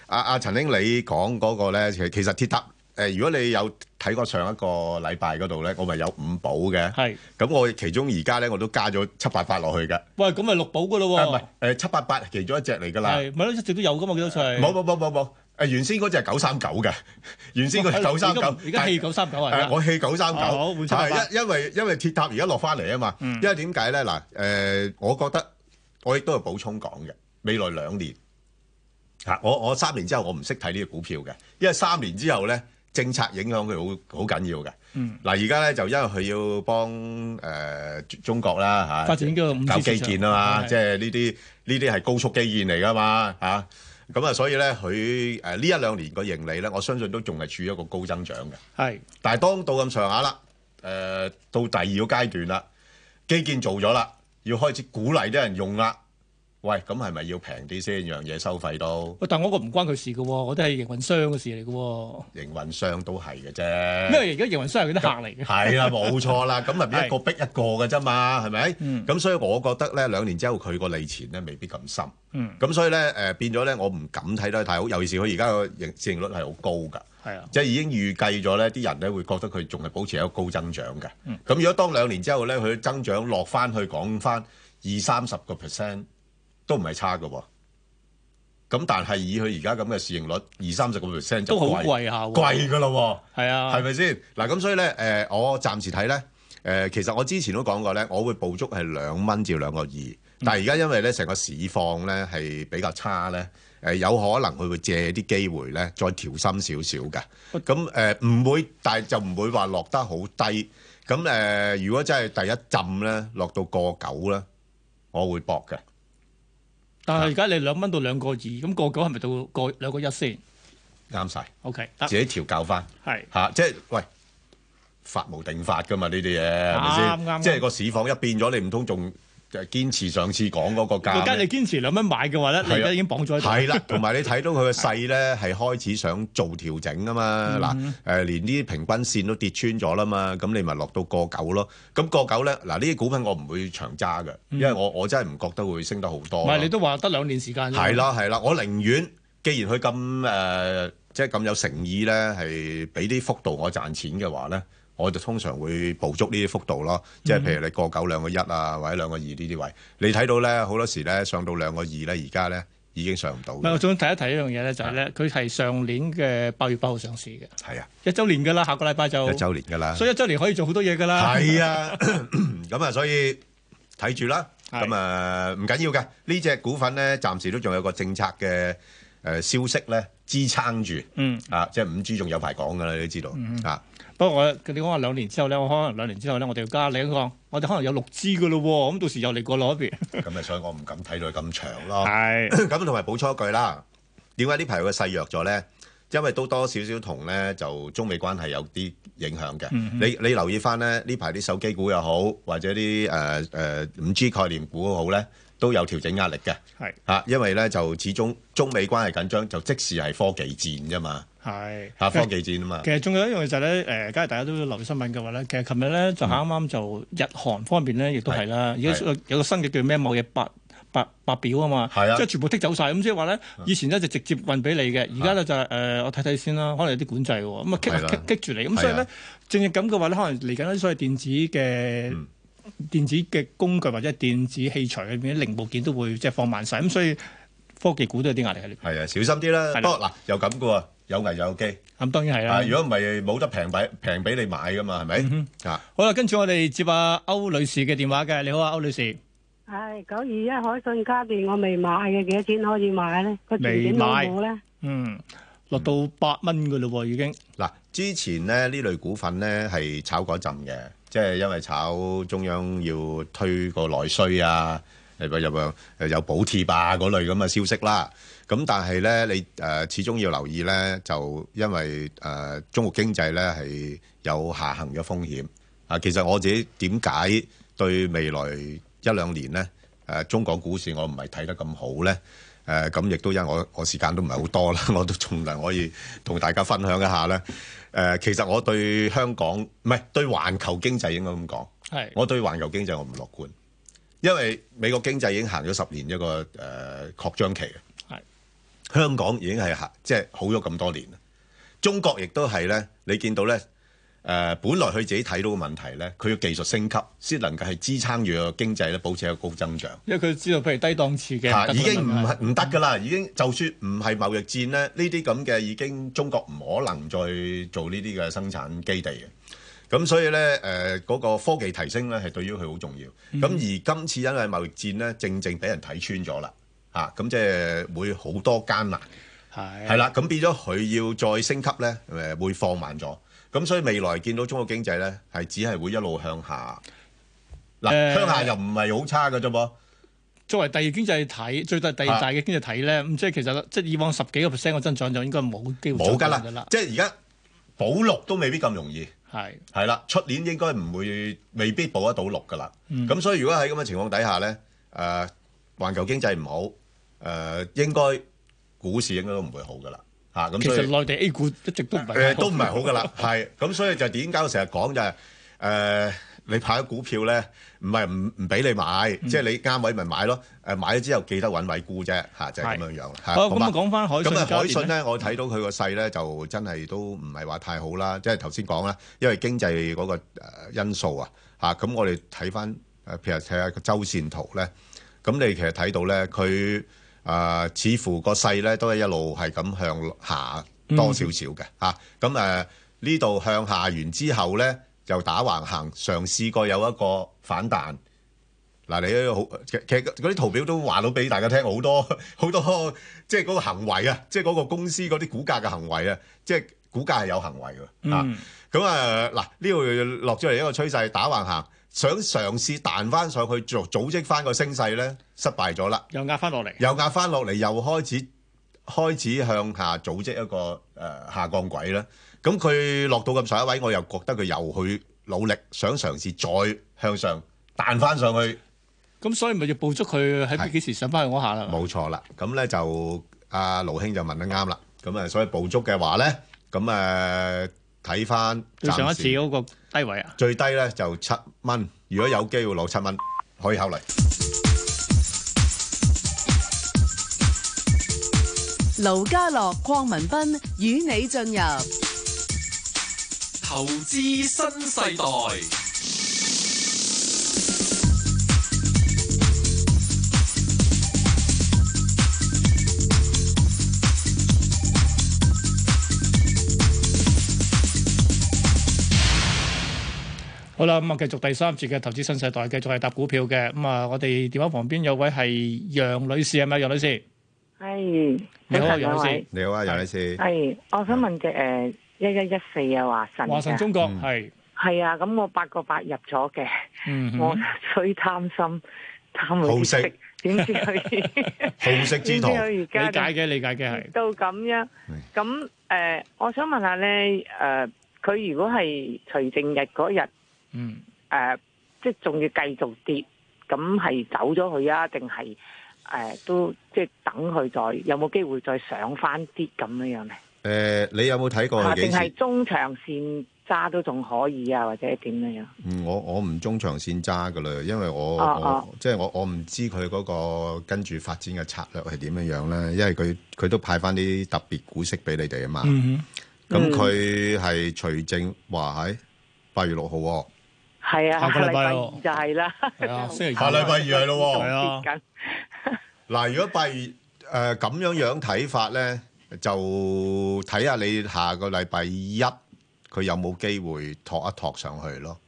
阿阿陳兄你講嗰個咧，其其實鐵塔誒，如果你有睇過上一個禮拜嗰度咧，我咪有五寶嘅。
係，
咁我其中而家咧，我都加咗七八八落去嘅。
喂，咁咪六寶噶咯
啊唔係
喎，
誒七八八其中一隻嚟㗎啦。
係咪咯？一直都有噶嘛，幾多歲？
冇冇冇冇冇，誒原先嗰只係九三九嘅，
*laughs*
原先嗰只九三九，
而家氣九三九
但係誒
啊，
我氣九三九，
啊好換七八八
係因因為因為鐵塔而家落翻嚟啊嘛，
嗯
因為點解咧嗱誒，我覺得我亦都有補充講嘅，未來兩年嚇我我三年之後我唔識睇呢個股票嘅，因為三年之後咧政策影響佢好好緊要嘅。
嗯
嗱而家咧就因為佢要幫誒中中國啦嚇
發展嗰個五 G
搞基建啊嘛，
市場
即係呢啲呢啲係高速基建嚟噶嘛嚇。咁啊，所以咧，佢誒呢一兩年個盈利咧，我相信都仲係處於一個高增長嘅。
係
但係當到咁上下啦，誒、到第二個階段啦，基建做咗啦，要開始鼓勵啲人用啦。喂，咁係咪要平啲先？樣嘢收費都
喂，但我嗰個唔關佢事嘅喎，我都係營運商嘅事嚟嘅喎。
營運商都係嘅啫。
因為而家營運商係嗰啲客嚟嘅，
係啦，冇錯啦，咁咪變一個逼一個嘅啫嘛，係咪？
嗯
咁所以我覺得咧，兩年之後佢個利錢咧未必咁深，
嗯
咁所以咧誒變咗咧，我唔敢睇得太好，尤其是佢而家個盈市盈率係好高㗎。
係啊，
即係已經預計咗咧，啲人咧會覺得佢仲係保持一個高增長嘅。咁、
嗯
如果當兩年之後咧，佢增長落翻去講翻二三十個 percent 都唔係差嘅喎。咁但係以佢而家咁嘅市盈率，二三十個 percent 就
都好貴下喎。
貴㗎咯
係
喎，
啊，
係咪先？嗱咁所以咧，誒、我暫時睇咧，誒、其實我之前都講過咧，我會捕捉係兩蚊至兩個二，但係而家因為咧成個市況咧係比較差咧，誒、有可能佢會借啲機會咧再調深少少嘅。咁誒唔會，但係就唔會話落得好低。咁誒、呃如果真係第一浸咧落到過九咧，我會搏嘅。
但係而家你兩蚊到兩個二，咁個九係咪到個兩個一先
啱晒，
？OK，得
自己調教翻
係
嚇、即係喂法無定法噶嘛呢啲嘢係咪
啱
先？
啱
即
啱
係個市況一變咗，你唔通仲誒堅持上次講嗰個
而家
價
你
*laughs* 咩？
堅持兩蚊買嘅話咧，你
啊
而家已經綁咗喺度。
係啦，同埋你睇到佢嘅勢咧，係開始想做調整啊
嗯
嘛。嗱、誒、連呢啲平均線都跌穿咗啦嘛，咁你咪落到過九咯。咁過九咧，嗱呢啲股份我唔會長揸嘅，因為我我真係唔覺得會升得好多
嗯唔
咯。
係你都話得兩年時間啫。
係啦係啦，我寧願既然佢咁誒呃即係咁有誠意咧，係俾啲幅度我賺錢嘅話咧，我就通常會捕捉呢啲幅度咯。即
嗯
係譬如你過九兩個一啊，或者兩個二呢啲位，你睇到咧好多時咧上到兩個二咧，而家咧已經上唔到
唔係，我
嘅。
想提一提一樣嘢咧，就係咧，佢係上年嘅八月八號上市嘅，
係啊，
一週年㗎啦，下個禮拜就
一，週年㗎啦。
所以一週年可以做好多嘢㗎啦。
係啊， *laughs* 咁啊，所以睇住啦。
係
咁啊，唔緊要嘅。呢只股份咧，暫時都仲有個政策嘅誒消息咧支撐住。
嗯，
啊，即係五 G 仲有排講㗎啦，你都知道啊。
不過我你講話兩年之後咧，我可能兩年之後咧，我哋要加你一個，我哋可能有六支㗎咯喎，咁到時又嚟過攞一邊。
咁啊，所以我唔敢睇到佢咁長咯。
係，
咁同埋補充一句啦，點解呢排佢細弱咗咧？因為都多少少同咧就中美關係有啲影響嘅。你你留意翻咧，呢排啲手機股又好，或者啲誒誒五 G 概念股好咧，都有調整壓力嘅。
係
啊，因為咧就始終中美關係緊張，就即時係科技戰啫嘛，
係。
嚇科技戰啊嘛
其，實仲有一樣嘢就係咧，誒、假如大家都留意新聞嘅話咧，其實琴日咧就啱啱就日韓方面咧，亦都係啦，而
嗯係
家有個新嘅叫咩某嘢白白白表啊嘛，
係啊
即係全部剔走晒。咁即係話咧，以前咧就直接運俾你嘅，而家咧就係、誒我睇睇先啦，可能有啲管制喎，咁啊棘
係啦
棘棘住你，
係
咁
啊
所以咧正正咁嘅話咧，可能嚟緊呢啲所謂電子嘅。
嗯
電子嘅工具或者電子器材裏邊啲零部件都會即係放慢晒，咁所以科技股都有啲壓力喺裏邊。
係啊，小心啲啦。
係啦嗯
不過嗱，又咁嘅喎，有危有機。
咁當然係啦
啊，。如果唔係冇得平俾平俾你買噶嘛，係咪？啊，
好啦，跟住我哋接阿歐女士嘅電話嘅，你好啊，歐女士。
系九二一海信家電我未買嘅，幾多錢可以買咧？個條件好
未買
冇咧？
嗯，落到八蚊嘅嘞喎，已經
嗱，之前咧呢類股份咧係炒嗰陣嘅，即係因為炒中央要推個內需啊，誒有冇誒有補貼啊嗰類咁嘅消息啦。咁但係咧，你誒、呃始終要留意咧，就因為誒、呃中國經濟咧係有下行嘅風險啊。其實我自己點解對未來一兩年咧誒、呃中港股市我唔係睇得咁好咧？誒呃咁亦都因為我我時間都唔係好多啦， *laughs* 我都盡量可以同大家分享一下咧。誒、其實我對香港唔係對環球經濟應該咁講，
係
我對環球經濟我唔樂觀，因為美國經濟已經行咗十年一個誒、呃擴張期嘅，香港已經係行即係好咗咁多年啦。中國亦都係咧，你見到咧誒、本來佢自己睇到嘅問題咧，佢要技術升級先能夠係支撐住個經濟咧，保持一個高增長。
因為佢知道譬如低檔次嘅
嚇
得
啊
啊
已
㗎啦
經唔
嘛
係唔得㗎啦，已經就算唔係貿易戰咧，呢啲咁嘅已經中國唔可能再做呢啲嘅生產基地嘅。咁所以咧，誒、嗰、個科技提升咧係對於佢好重要。
嗯
咁、而今次因為貿易戰咧，正正俾人睇穿咗啦，嚇、咁即係會好多艱難。
係
係啦，咁變咗佢要再升級咧，誒會放慢咗。咁所以未來見到中國經濟咧，係只係會一路向下。嗱，
誒
向下又唔係好差嘅啫噃。
作為第二經濟體最大
啊
第二大嘅經濟體咧，咁即係其實即係以往十幾個 percent 嘅增長就應該冇機會
冇㗎
再見
啦，即係而家保六都未必咁容易，
係
係啦，出年應該唔會，未必保得到六㗎啦。
嗯
咁、所以如果喺咁嘅情況底下咧，誒、環球經濟唔好，誒、呃應該股市應該都唔會好㗎啦。嚇、咁
其
所
實
以
內地 A 股一直都唔
誒、
係
都唔係好㗎啦，係咁所以就點解我成日講就係、誒你派咗股票咧，唔係唔唔俾你買，
嗯
即係你啱位咪買咯。誒買咗之後記得揾位沽啫，嚇、就係、咁樣樣啦。係
好
好
咁
嘛
啊，講翻海信
咁啊，
家
海
電咧，
信咧，我睇到佢個勢咧，就真係都唔係話太好啦。即係頭先講啦，因為經濟嗰個呃因素啊，嚇咁我哋睇翻誒，譬如睇下個周線圖咧，咁你其實睇到咧，佢啊似乎個勢咧都係一路係咁向下
嗯
多少少嘅嚇。咁誒呢度向下完之後咧，又打橫行，嘗試過有一個反彈。嗱，你都好，其其實嗰啲圖表都話到俾大家聽好多 *laughs* 好多，即係嗰個行為啊，即係嗰個公司嗰啲股價嘅行為啊，即係股價係有行為嘅啊。
嗯
咁啊嗱，呢度落咗嚟一個趨勢打橫行，想嘗試彈翻上去做組織翻個升勢咧，失敗咗啦，
又壓翻落嚟，
又壓翻落嚟，又開始開始向下組織一個誒、呃下降軌啦。咁佢落到咁上一位，我又覺得佢又去努力想嘗試再向上彈翻上去。
咁所以咪要捕捉佢喺
係
幾時上翻去嗰下啦。
冇錯啦，咁咧就阿盧兄就問得啱啦，咁啊，所以捕捉嘅話咧，咁誒睇翻
對上一次
暫時
嗰個低位啊，
最低咧就七蚊，如果有機會攞七蚊，可以考慮。
盧家樂、邝文斌與你進入
投資新世代，
好啦，咁啊，繼續第三節嘅投資新世代，繼續係搭股票嘅。咁啊，我哋電話旁邊有位係楊女士，係咪楊女士？
系，
你好啊，
早晨
楊
兩
女
位
士。
你好啊，楊女士，
系，我想問
ờ,
只诶一一一四
à,
啊，華晨
華晨中國係，
系啊，咁我八個八入咗嘅，
嗯哼，
我最貪心，貪佢
好
啲
*laughs*
色
息，點知佢
好色之
點知
徒，
佢而
理
家
解
就
嘅，理解嘅係。
到咁樣。咁诶，我想問下咧，诶，佢如果係除正日嗰日
嗯，
诶，即系仲要繼續跌，咁係走咗佢啊，定係诶都即系等佢再有冇機會再上翻啲咁樣樣咧？
誒，呃你有冇睇過
啊，
佢
定
哦幾
係
次？
中長線揸都仲可以啊，或者點樣樣？
嗯，我我唔中長線揸噶啦，因為我
哦
我即係我我唔知佢嗰個跟住發展嘅策略係點樣樣咧，因為佢佢都派翻啲特別股息俾你哋啊嘛。
嗯
咁佢係除正話喺八月六號喎，
係
à,
啊，
下個禮
禮
拜
拜
咯
二就係啦，
哼，係啊，星期
下
二
禮拜二係咯
係
喎。
啊，
跌緊
嗱，如果八月誒咁樣樣睇法咧，就睇下你下個禮拜一佢有冇機會托一托上去咯。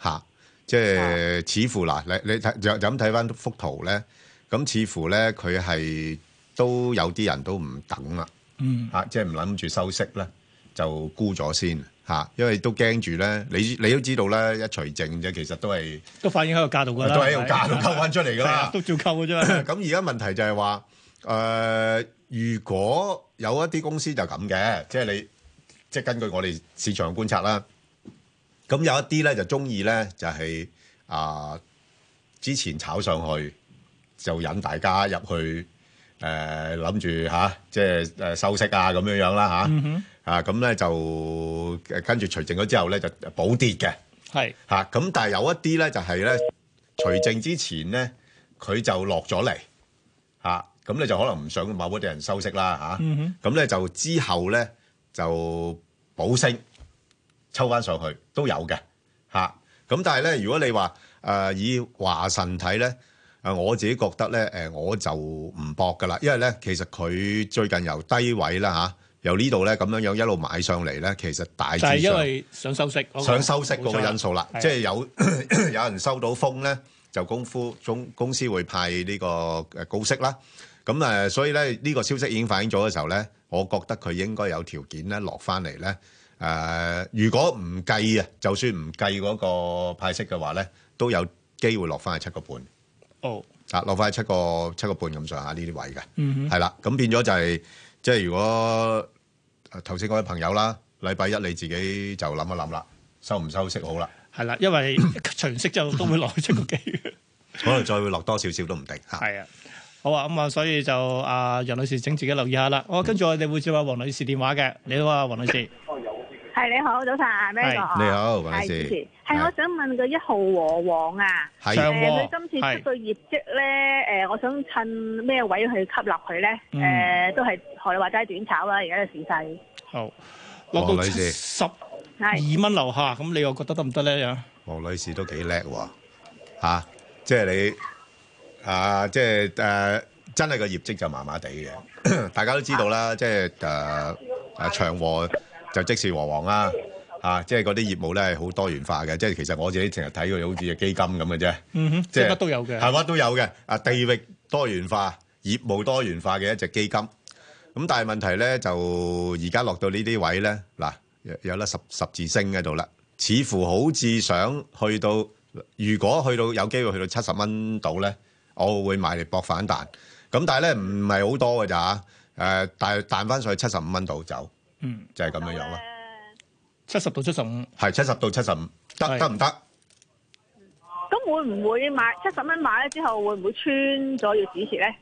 嚇、即係似乎嗱，你你睇就就咁睇翻幅圖咧，咁似乎咧佢係都有啲人都唔等啦。
嗯，
嚇、即係唔諗住收息咧，就沽咗先嚇、因為都驚住咧。你你都知道咧，一除淨啫，其實都係
都反映喺個價度
都
㗎啦，
喺個價度溝翻出嚟
係
㗎
啊
啦。
都照溝嘅啫
*laughs*
嘛。
咁而家問題就係話，誒、如果有一啲公司就咁嘅，即係你即係根據我哋市場觀察啦，咁有一啲咧就中意咧就係、啊、之前炒上去就引大家入 *clears throat* 去誒諗住嚇，即係誒收息啊咁樣樣啦嚇，啊咁咧、就呃跟住除淨咗之後咧就補跌嘅。
係，
嚇。咁、但係有一啲咧就係咧除證之前咧，佢就落咗嚟嚇，咁、你就可能唔想某一啲人收息啦嚇。
嗯
咁、咧就之後咧就補升抽翻上去都有嘅嚇。咁、但係咧，如果你話誒、呃以華晨睇咧。誒我自己覺得咧，誒我就唔搏噶啦，因為咧其實佢最近由低位啦嚇、由呢度咧咁樣樣一路買上嚟咧，其實大
哼，
致
就係因為想
上
收息嗰個，
想收息嗰個
冇錯
因素啦，
係
即係有有 *coughs* 人收到風咧，就功夫中公司會派呢個誒高息啦。咁誒，所以咧呢個消息已經反映咗嘅時候咧，我覺得佢應該有條件咧落翻嚟咧。誒、如果唔計啊，就算唔計嗰個派息嘅話咧，都有機會落翻去七個半
哦，
啊，落翻去七個七個半咁上下呢啲位嘅。
嗯哼，
係啦，咁變咗就係、即係如果呃頭先嗰位朋友啦，禮拜一你自己就諗一諗啦，收唔收息好
*laughs*
啦，
係啦，因為 *coughs* 除息就都會落去出個機。
可能再會落多少少都唔定嚇。
係啊，好啊，咁啊，所以就啊楊女士請自己留意下啦。我跟住我哋會接下黃女士電話嘅。你好啊，黃女士，
係你好，早晨，Ben 哥。
你好，黃
係
女
主持
士，，
係我想問個一號和黃啊，
上
誒
係
和
佢今次出個業績咧，誒我想趁咩位去吸納佢咧？
嗯
誒都係學你話齋短炒啦，而家嘅市勢
好落到
黃女
七
士
十二
係
蚊樓下，咁你又覺得得唔得咧？啊
黃女士都幾叻喎嚇，即係你啊，即係誒、真係個業績就麻麻地嘅， *coughs* 大家都知道啦，即係誒誒長和就即是和黃啦。啊，即係嗰啲業務咧係好多元化嘅，即係其實我自己成日睇佢好似隻基金咁嘅啫。
嗯哼，即
即係
係乜都有嘅。
係乜都有嘅。啊，地域多元化、業務多元化嘅一隻基金。咁但係問題咧，就而家落到呢啲位咧，嗱有有得十十字星喺度啦，似乎好似想去到，如果去到有機會去到七十蚊度咧，我會買嚟搏反彈。咁但係咧唔係好多嘅咋誒、但係彈翻上去七十五蚊度走，
嗯，
就係、咁樣樣咯。
七十到七十五，
係七十到七十五，
係
得得唔得？
咁會唔會買七十蚊買咧之後會唔會穿咗要止蝕咧？
誒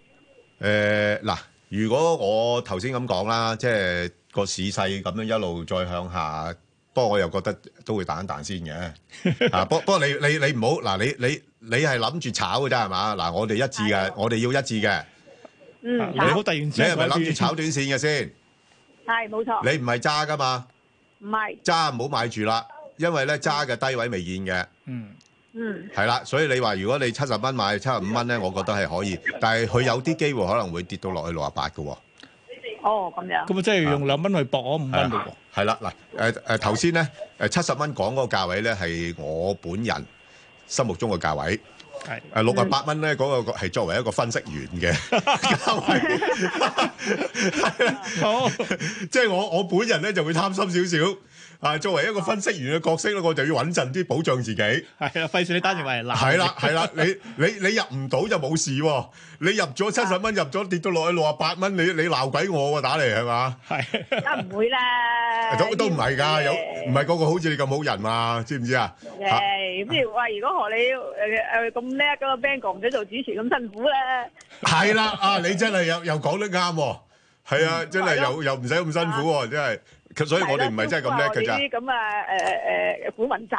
呃嗱、如果我頭先咁講啦，即係個市勢咁樣一路再向下，不過我又覺得都會彈一彈先嘅。啊，不不過你你你唔好嗱，你你你係諗住炒嘅啫係嘛？嗱，我哋一致嘅，我哋要一致嘅。
嗯，
啊你好突然之間
你係咪
改變
諗住炒短線嘅先？
係冇錯，
你唔係揸噶嘛？
唔係，
揸唔好買住啦，因為咧揸嘅低位未見嘅。
嗯，
係啦，所以你話如果你七十蚊買七十五蚊咧，我覺得係可以，但係佢有啲機會可能會跌到落去六啊八嘅喎。
哦咁樣，
咁啊，即係用兩蚊去搏我五蚊
係
嘅喎
啦。係啦，嗱，誒誒頭先咧，誒七十蚊講嗰個價位咧係我本人心目中嘅價位。
係
誒六啊八蚊咧，嗰個係作為一個分析員
*laughs*
嘅價位，啊
好，
即係我我本人咧就會貪心少少。啊，作為一個分析員嘅角色咧，我就要穩陣啲保障自己。
係啊啦，費事你單認為難。
係啦，係啦，你你你入唔到就冇事喎。你入咗七十蚊，入咗跌到落去六啊八蚊，你你鬧鬼我喎，打嚟係嘛？
係
梗唔會
*laughs*
啦，
都都唔係㗎，有唔係個個好似你咁好人嘛？知唔知啊？嚇
誒，咁譬如話，如果學你誒誒咁叻嗰個 band 哥唔使做主持咁辛苦咧，
係啦，啊，你真係又又講得啱喎，係啊，真係
係
又又唔使咁辛苦喎，真係。其所以我哋唔係真係咁叻㗎咋
係咯。咁啊誒誒股民仔，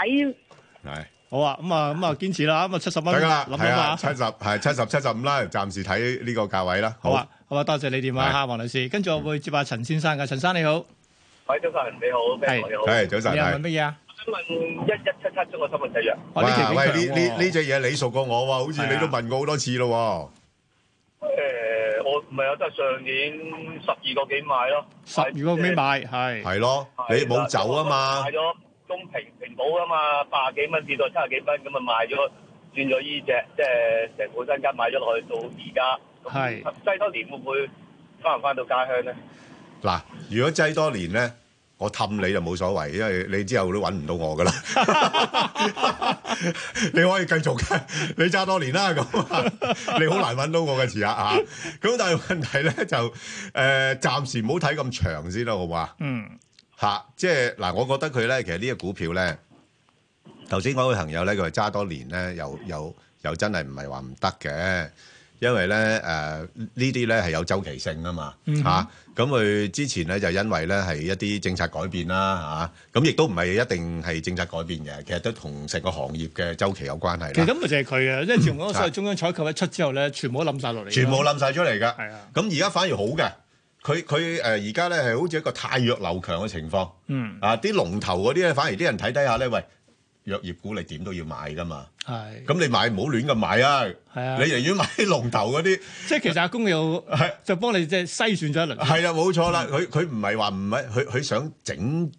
係
好啊，咁啊，咁啊，堅持啦，咁啊，七十蚊
得㗎啦，
諗諗
係啊，
下
七。十係七十七十五啦，暫時睇呢個價位啦。
好
好
啊，好啊，多謝你電話嚇，黃女士。跟住我會接下陳先生嘅，陳生你好，
喂，早晨，你好
係
Ben 哥你好。
係早晨
你又問
係。
乜嘢啊？
我想問一一七七中國生物製藥，
哇，呢期
哇
幾
喂，
強
呢呢
喎
呢只嘢你熟過我喎，好似
啊
你都問過好多次咯
誒，我唔係啊，都係上年十二個幾買咯，
十二個尾買係
喎，。係咯，你冇走啊嘛
買。咗中平平保啊嘛，八十幾蚊跌到七十幾蚊，咁啊賣咗，轉咗依只，即係成本身家買咗落去到而家，啊
係
擠多年會唔會翻唔翻到家鄉咧？
嗱，如果擠多年咧，我氹你就冇所謂，因為你之後都揾唔到我噶啦。你可以繼續嘅，你揸多年啦咁 *laughs* 啊，你好難揾到我嘅遲下啊。咁但係問題咧就誒、呃，暫時唔好睇咁長先啦，好啊嘛？
嗯，
嚇、即係嗱，我覺得佢咧，其實呢個股票咧，頭先嗰位朋友咧，佢話揸多年咧，又又又真係唔係話唔得嘅，因為咧誒呢啲咧係有周期性啊嘛
嗯哼
嚇，咁佢、之前咧就因為咧係一啲政策改變啦嚇，咁、亦都唔係一定係政策改變嘅，其實都同成個行業嘅周期有關係
其實
啦，
咁咪就係佢啊，即係自從嗰個所謂中央採購一出之後咧，全部都冧晒落嚟。
全部。冧晒出嚟㗎。
係啊，
咁而家反而好嘅，佢佢誒而家咧係好似一個太弱流強嘅情況。
嗯，
啊！啲龍頭嗰啲咧，反而啲人睇低下咧，喂，藥業股你點都要買噶嘛。
係。
咁你買唔好亂咁買啊！
係啊
你寧願買啲龍頭嗰啲，
即係其實阿公又就幫你即係篩選咗一輪。
係啦，冇錯啦。佢佢唔係話唔係，佢佢想整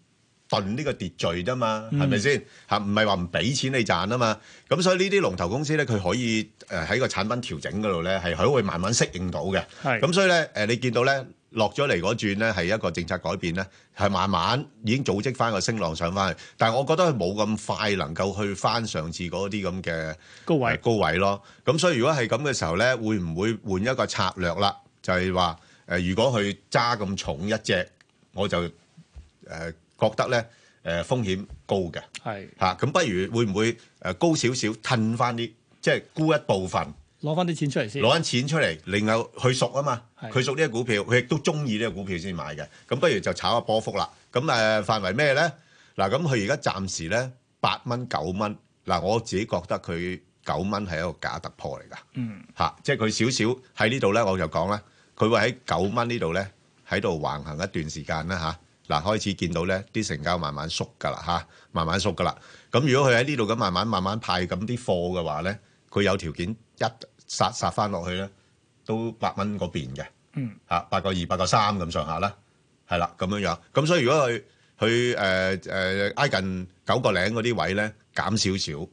頓呢個秩序啫嘛，係咪先嚇？唔係話唔俾錢你賺啊嘛。咁所以呢啲龍頭公司咧，佢可以誒喺個產品調整嗰度咧，係佢會慢慢適應到嘅。
係
咁所以咧，誒你見到咧落咗嚟嗰轉咧，係一個政策改變咧，係慢慢已經組織翻個升浪上翻去。但係我覺得佢冇咁快能夠去翻上次嗰啲咁嘅
高位
高位咯。咁所以如果係咁嘅時候咧，會唔會換一個策略啦？就係話誒，如果佢揸咁重一隻，我就誒、呃、覺得咧誒、呃、風險高嘅。
係
嚇，咁不如會唔會誒高少少褪翻啲，即係沽一部分
攞翻啲錢出嚟先。
攞緊錢出嚟，另後去熟啊嘛，
係
佢熟呢個股票，佢亦都中意呢個股票先買嘅，咁不如就炒下波幅啦。咁誒、呃、範圍咩咧？嗱，咁佢而家暫時咧八蚊九蚊，嗱我自己覺得佢九蚊係一個假突破嚟㗎。
嗯，
嚇、即係佢少少喺呢度咧，我就講咧，佢會喺九蚊呢度咧，喺度橫行一段時間啦嚇。嗱、開始見到咧啲成交慢慢縮㗎啦嚇，慢慢縮㗎啦。咁如果佢喺呢度咁慢慢慢慢派咁啲貨嘅話咧，佢有條件一殺殺翻落去咧，都八蚊嗰邊嘅。
嗯，
嚇八個二、八個三咁上下啦，係啦咁樣樣。咁所以如果佢佢誒誒挨近九個零嗰啲位咧，減少少。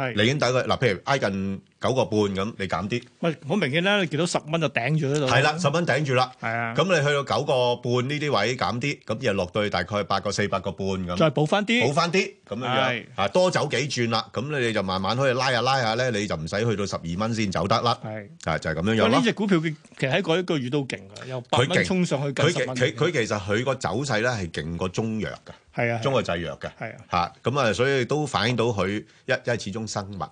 係。
你已經大概嗱，譬如挨近九個半咁，你減啲，
喂，好明顯啦，你見到十蚊就頂住喺度。
係啦，十蚊頂住啦。
係啊。
咁你去到九個半呢啲位減啲，咁又落到去大概八個四、八個半咁
再，補翻啲。
補翻啲咁樣
係
樣，啊多走幾轉啦。咁你哋就慢慢可以拉下拉下咧，你就唔使去到十二蚊先走得啦。
係。
啊，就係咁樣樣
喂，呢
啦。
只股票嘅其實喺嗰一個月都勁嘅，由八
佢勁
蚊衝上去近
佢其
十啊蚊。
佢佢其實佢個走勢咧係勁過中藥㗎。
係啊，
中國製藥嘅，
係啊
嚇咁啊，所以都反映到佢一因為始終生物，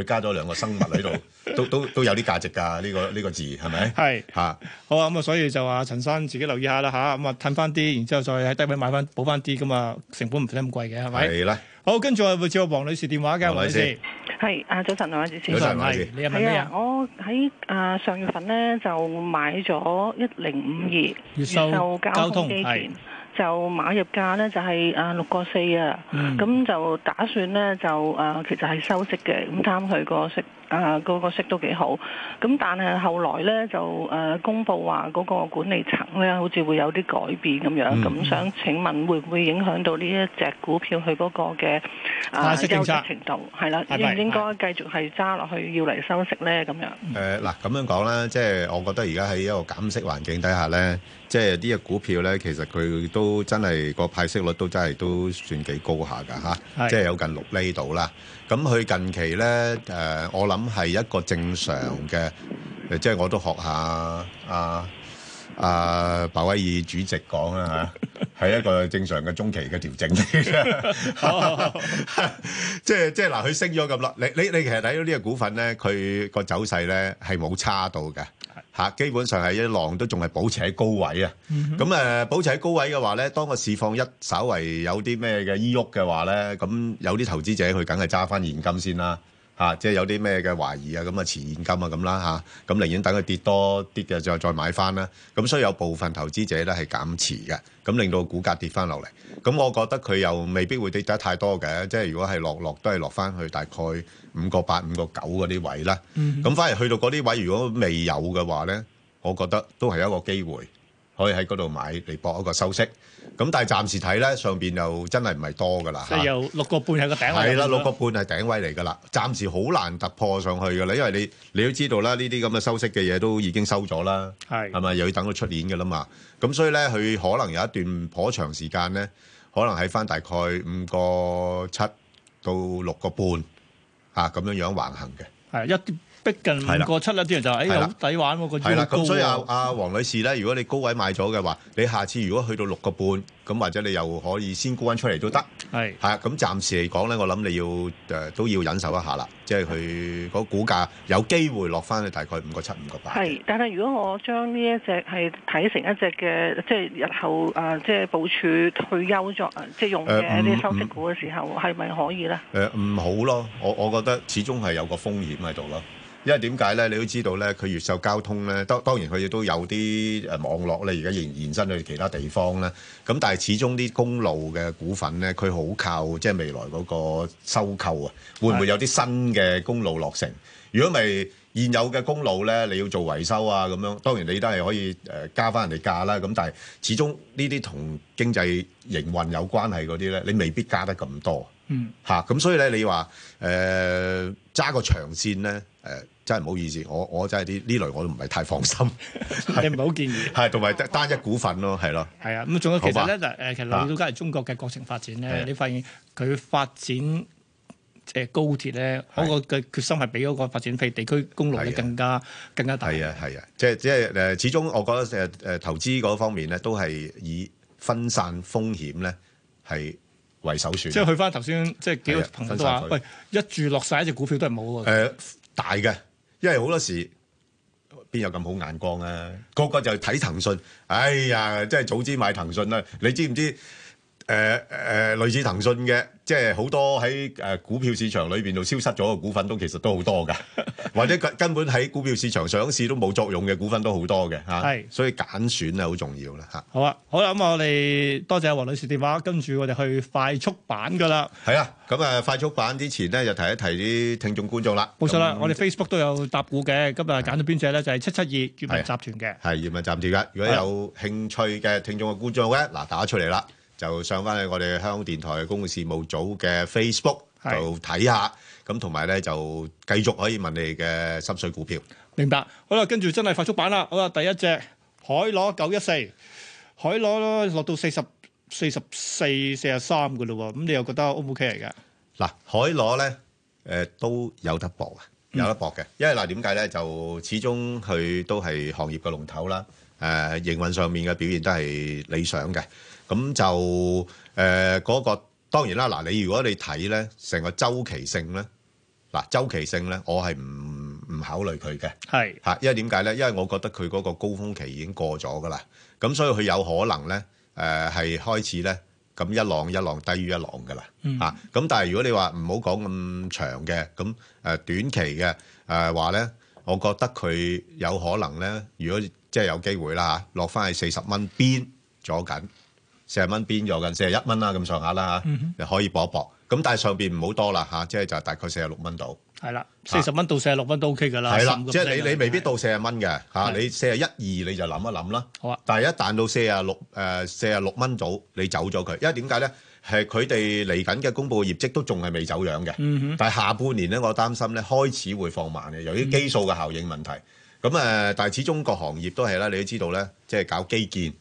佢加咗兩個生物喺度，都都都有啲價值㗎。呢、個呢、個字係咪？
係
嚇
好啊，咁啊，所以就話陳生自己留意下啦吓，咁啊褪翻啲，然之後再喺低位買翻補翻啲咁啊，成本唔使咁貴嘅係咪？
係啦，
好，跟住我會接個黃女士電話嘅，
黃
黃
女
女
士
士，
係啊，早晨兩位主持。
早晨係你係問咩啊
係我喺啊上月份咧就買咗一零五二
越秀
交通基
係
建，就買入價咧就係啊六個四啊，
嗯
咁就打算咧就啊其實係收息嘅，咁貪佢個息啊嗰個息都幾好，咁但係後來咧就誒公佈話嗰個管理層咧好似會有啲改變咁
嗯
樣，咁想請問會唔會影響到呢一隻股票佢嗰個嘅啊
派息政
優
策
質程度係啦？
係
應
咪
唔應該繼續係揸落去要嚟收息咧？咁樣
誒呃嗱咁樣講啦，即係我覺得而家喺一個減息環境底下咧，即係呢只股票咧，其實佢都真係個派息率都真係都算幾高下㗎嚇，
係
即係有近六厘度啦。咁佢近期咧誒、我諗係一個正常嘅，誒即係我都學下啊。啊，鮑威爾主席
*laughs*
講啦嚇，係一個正常嘅中期嘅調整 *laughs* 嚟嘅即係即係嗱，佢升咗咁耐，你你你其實睇到呢個股份咧，佢個走勢咧係冇差到嘅嚇，基本上係一浪都仲係保持喺高位啊。
嗯哼
咁誒、保持喺高位嘅話咧，當個市況一稍為有啲咩嘅依喐嘅話咧，咁有啲投資者佢梗係揸翻現金先啦。嚇、啊即係有啲咩嘅懷疑啊，咁啊持現金啊咁啦嚇，咁、寧願等佢跌多啲嘅再再買翻啦。咁所以有部分投資者咧係減持嘅，咁令到股價跌翻落嚟。咁我覺得佢又未必會跌得太多嘅，即係如果係落落都係落翻去大概五個八、五個九嗰啲位啦。
嗯
咁、反而去到嗰啲位，如果未有嘅話咧，我覺得都係一個機會。可以喺嗰度買嚟搏一個收息，咁但係暫時睇咧，上邊又真係唔係多㗎啦。
即係
嚇
由六個半係個頂位。
啊係啦，六個半係頂位嚟㗎啦，暫時好難突破上去㗎啦，因為你你都知道啦，呢啲咁嘅收息嘅嘢都已經收咗啦，
係
係咪又要等到出年㗎啦嘛？咁所以咧，佢可能有一段頗長時間咧，可能喺翻大概五個七到六個半啊咁樣樣橫行嘅。
係一啲逼近
係啦
五個七啦，啲人就誒
係
好
啦
抵玩喎，個
係啦，
腰高
咁所以啊阿
喎。
阿黃女士咧，如果你高位買咗嘅話，你下次如果去到六個半，咁或者你又可以先沽翻出嚟都得。
係
係啊，咁暫時嚟講咧，我諗你要誒、呃都要忍受一下啦，即係佢嗰股價有機會落翻去大概五個七、五個八。
係，但係如果我將呢一隻係睇成一隻嘅，即係日後啊，即係部署退休作，啊即係用嘅
誒
一
嗯
啲收息股嘅時候，係咪可以咧？
誒唔好咯，我我覺得始終係有個風險喺度咯。因為點解咧？你都知道咧，佢越秀交通咧，當當然佢亦都有啲誒網絡咧，而家延延伸去其他地方咧。咁但係始終啲公路嘅股份咧，佢好靠即係未來嗰個收購啊，會唔會有啲新嘅公路落成？如果咪現有嘅公路咧，你要做維修啊咁樣，當然你都係可以誒、呃加翻人哋價啦。咁但係始終呢啲同經濟營運有關係嗰啲咧，你未必加得咁多。 *laughs*
嗯，
嚇，咁、所以咧，你話誒揸個長線咧，誒、呃真係唔好意思，我我真係啲呢類我都唔係太放心，
你唔好建議。
係同埋得單一股份咯，係咯，
係啊，咁仲有其實咧
好吧
嗱誒，其實
啊
老家係中國嘅國情發展
係
咧
啊，
你發現佢發展誒高鐵咧，嗰個嘅決心係比嗰個發展譬如地區公路咧更加更加大。
啊係啊係啊，即係即係誒，始終我覺得誒誒、投資嗰方面咧，都係以分散風險咧係為首選。
即係去翻頭先，即係幾個
係啊
朋友都話：
分
喂
散，
一注落晒一隻股票都係冇喎。
誒、呃大嘅，因為好多時邊有咁好眼光啊？個個就睇騰訊，哎呀，真係早知買騰訊啦！你知唔知？誒誒、類似騰訊嘅，即係好多喺誒、股票市場裏邊度消失咗嘅股份都其實都
*laughs*
好多㗎，或者根根本喺股票市場上市都冇作用嘅股份都好多嘅嚇。
係
所以揀選係好重要啦嚇。
好啊，好啦，咁我哋多謝黃女士電話，跟住我哋去快速版噶啦。
係啦，咁啊快速版之前咧就提一提啲聽眾觀眾啦。
冇錯啦
咁，
我哋 Facebook 都有答股嘅，今日揀咗邊只咧就係七七二粵文集團嘅。
係葉問站跳一。如果有興趣嘅聽眾嘅觀眾咧，嗱打出嚟啦，就上翻去我哋香港電台嘅公共事務組嘅 Facebook
係
度睇下。咁同埋咧就繼續可以問你嘅心水股票。
明白。好啦，跟住真係快速版啦。好啦，第一隻海螺九一四，海螺落到四十四十四四十三嘅咯喎，咁你又覺得 O 唔 OK 嚟㗎？
嗱，海螺咧，誒、都有得搏啊，有得搏嘅，因為嗱點解咧，就始終佢都係行業嘅龍頭啦，誒、營運上面嘅表現都係理想嘅，咁就誒嗰、個當然啦，嗱你如果你睇咧成個周期性咧，嗱周期性咧，我係唔唔考慮佢嘅。
係
嚇，因為點解咧？因為我覺得佢嗰個高峰期已經過咗噶啦，咁所以佢有可能咧，誒、係開始咧，誒、咁一浪一浪低於一浪㗎啦。
嗯
啊，咁但係如果你話唔好講咁長嘅，咁誒、呃短期嘅誒話咧，我覺得佢有可能咧，如果即係有機會啦嚇，落翻去四十蚊邊咗緊，四十蚊邊咗緊，四十一蚊啦咁上下啦嚇，
嗯
就可以搏一搏。咁但係上邊唔好多啦嚇，即係就大概四十六蚊度。
係啦，四十蚊到四十六蚊都 OK 㗎啦。
啊係啦，
15%
即係你你未必
係
到四十蚊嘅嚇，
啊係
你四十一二你就諗一諗啦。
好啊，
但係一彈到四十六誒四十六蚊組，你走咗佢，因為點解咧？係佢哋嚟緊嘅公佈業績都仲係未走樣嘅。
嗯哼
但係下半年咧，我擔心咧開始會放慢嘅，由於
嗯
基數嘅效應問題。咁誒、但係始終個行業都係啦，你都知道咧，即係搞基建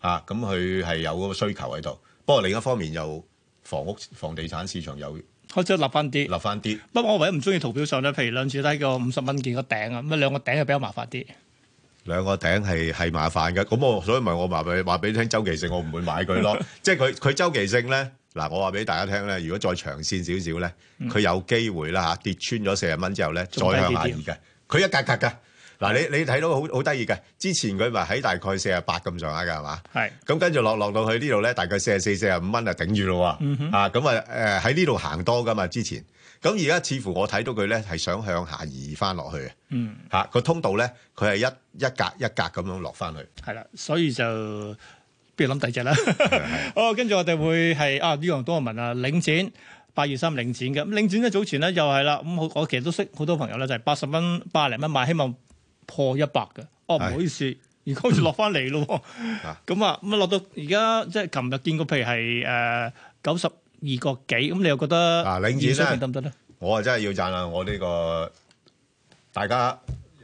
啊，咁佢係有嗰個需求喺度。不過另一方面又房屋房地產市場又
開始立翻啲，
立翻啲。
不過我唯一唔中意圖表上咧，譬如兩次低個五十蚊見個頂啊，咁啊兩個頂係比較麻煩啲。
兩個頂係係麻煩嘅，咁我所以咪我話俾話俾你聽周期性，我唔會買
*laughs*
佢咯。即係佢佢周期性咧，嗱我話俾大家聽咧，如果再長線少少咧，
嗯
佢有機會啦嚇跌穿咗四十蚊之後咧，再
仲低
向下移
啲
嘅。佢一格格嘅，嗱你你睇到好好得意嘅，之前佢咪喺大概四十八咁上下㗎係嘛？
係。
咁跟住落落到去呢度咧，大概四十四、四十五蚊啊頂住咯喎。
嗯哼
啊，咁啊誒喺呢度行多㗎嘛之前。咁而家似乎我睇到佢咧係想向下移翻落去嘅。
嗯，
嚇啊個通道咧，佢係一一格一格咁樣落翻去。
係啦，所以就不如諗第二隻啦。 *laughs* 好，跟住我哋會係啊呢樣多人問啊，領展。八月三領展嘅，咁領展咧早前咧又係啦，咁好我其實都識好多朋友咧，就係八十蚊、八零蚊買，希望破一百嘅。哦，唔好意思，而家好似落翻嚟咯喎。
*laughs*
咁啊，咁啊落到而家即係琴日見過，譬如係誒九十二個幾，咁你又覺得
啊領展
現水平
咧
得唔得咧？
我啊真係要讚下我呢、個大家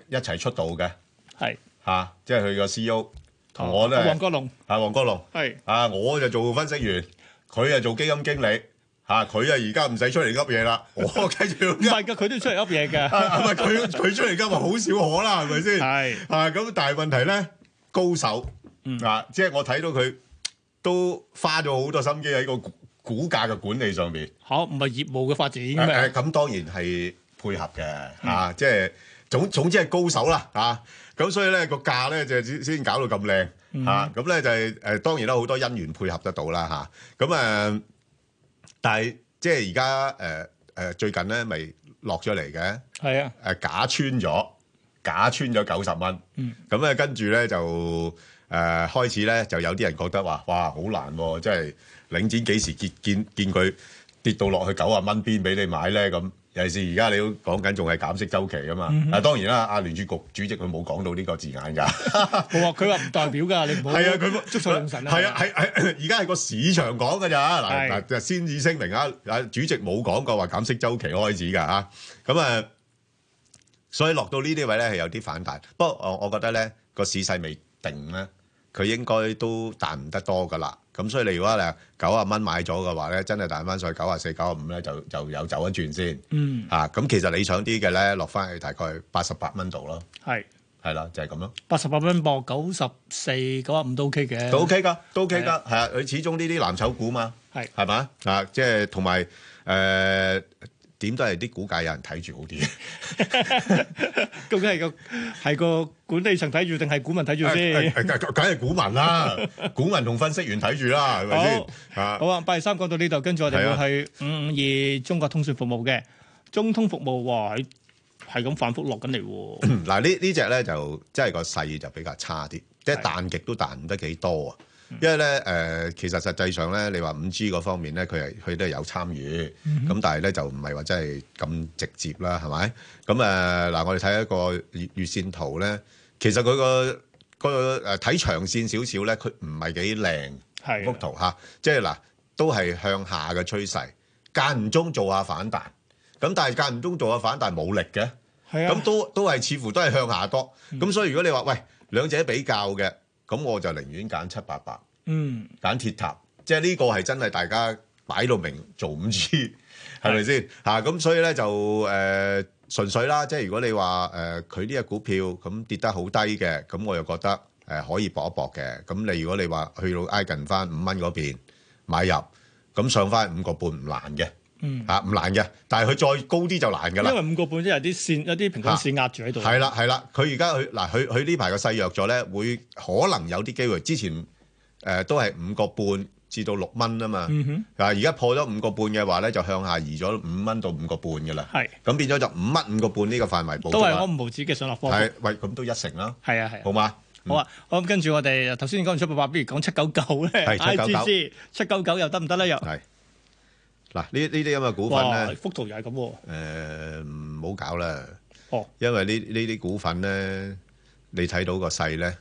一齊出道嘅
係
嚇、即係佢個 CEO 同我都
啊
係
黃國龍
啊，黃國龍
係
啊，我就做分析員，佢啊做基金經理嚇，佢啊而家唔使出嚟噏嘢啦，
*laughs*
我繼續
唔係㗎，佢都要出嚟噏嘢㗎。
*laughs* 啊唔係佢佢出嚟今日好少可啦，係咪先？
係
啊，咁但係問題咧，高手
嗯
啊，即係我睇到佢都花咗好多心機喺個股股價嘅管理上邊。
嚇，唔係業務嘅發展
誒
咩？
誒咁當然係配合嘅嚇，即係總總之係高手啦嚇。咁所以咧個價咧就先先搞到咁靚
嗯
嚇，咁咧就係誒當然啦，好多因緣配合得到啦嚇。咁誒，但係即係而家誒誒最近咧咪落咗嚟嘅。
係啊，
誒呃假穿咗，假穿咗九十蚊。
嗯
咁咧跟住咧就誒、呃、開始咧就有啲人覺得話，哇好難喎、即係領展幾時見見見佢跌到落去九啊蚊邊俾你買咧咁。尤其是而家你都講緊仲係減息周期啊嘛，
嗯哼
啊當然啦，阿聯儲局主席佢冇講到呢個字眼㗎，
冇話啊佢話唔代表㗎，你唔好
係啊，佢
哦捉錯用神啊。
係啊，係係而家係個市場講㗎咋嗱
係
嗱，就先至聲明啊，啊主席冇講過話減息周期開始㗎嚇，咁啊，所以落到呢啲位咧係有啲反彈，不過我我覺得咧個市勢未定咧，佢應該都彈唔得多㗎啦。咁所以你如果咧九啊蚊買咗嘅話咧，真係彈翻上去九啊四、九啊五咧，就就有走一轉先
嗯，
嚇。咁、其實理想啲嘅咧，落翻去大概八十八蚊度咯，
係
係啦，就係、咁咯。
八十八蚊博九十四九啊五都 OK 嘅，
*laughs* 都 OK 噶，都 OK
係
噶，係啊，佢始終呢啲藍籌股嘛，
係
係嘛啊，即係同埋誒點都係啲股價有人睇住好啲，
究竟係個係個管理層睇住定係股民睇住
誒
先？
誒誒 *laughs* 梗係股
*laughs*
民啦，股民同分析員睇住啦，係咪先啊
好？啊，八月三講到呢度，跟住我
係
哋
啊
會去五五二中國通訊服務嘅中通服務，哇，係係咁反覆落緊嚟喎。
嗱呢呢只咧就真係個勢就比較差啲，即係彈極都彈唔得幾多啊。因為咧誒、呃其實實際上咧，你話五 G 嗰方面咧，佢係佢都係有參與，咁、
嗯哼
但係咧就唔係話真係咁直接啦，係咪？咁誒嗱，我哋睇一個月月線圖咧，其實佢個個誒睇長線少少咧，佢唔係幾靚
係啊
幅圖嚇，即係嗱都係向下嘅趨勢，間唔中做下反彈，咁但係間唔中做下反彈冇力嘅。
係啊
咁都都係似乎都係向下多。咁、所以如果你話喂兩者比較嘅，咁我就寧願揀七八八，
嗯，
揀鐵塔，即係呢個係真係大家擺到明做五 G，係咪先嚇？咁、所以咧就誒、呃、純粹啦，即係如果你話誒佢呢只股票咁跌得好低嘅，咁我又覺得誒、呃可以搏一搏嘅。咁你如果你話去到挨近翻五蚊嗰邊買入，咁上翻五個半唔難嘅
嗯，
嚇，唔、難嘅。但係佢再高啲就難㗎啦
因。為五個半即係有啲線有啲平均線壓住喺度。
係啦，係啦，佢而家佢嗱，佢佢呢排個勢弱咗咧，會可能有啲機會。之前誒、呃都係五個半至到六蚊啊嘛。
嗯哼
啊，而家破咗五個半嘅話咧，就向下移咗五蚊到五個半嘅啦。
係
咁變咗就五蚊五個半呢個範圍捕
都
捉
係
啦
我唔毫子嘅上落波幅。
係喂，咁都一成啦。
係啊係啊
好嗯嘛？
好啊，好咁跟住我哋頭先講完七八八，不如講七九九咧
係799
，IGC 七九九又得唔得咧？又係
嗱，呢呢啲咁嘅股份咧。
幅圖又係咁喎。
誒唔好搞啦。
哦，
因為呢呢啲股份咧，你睇到個勢咧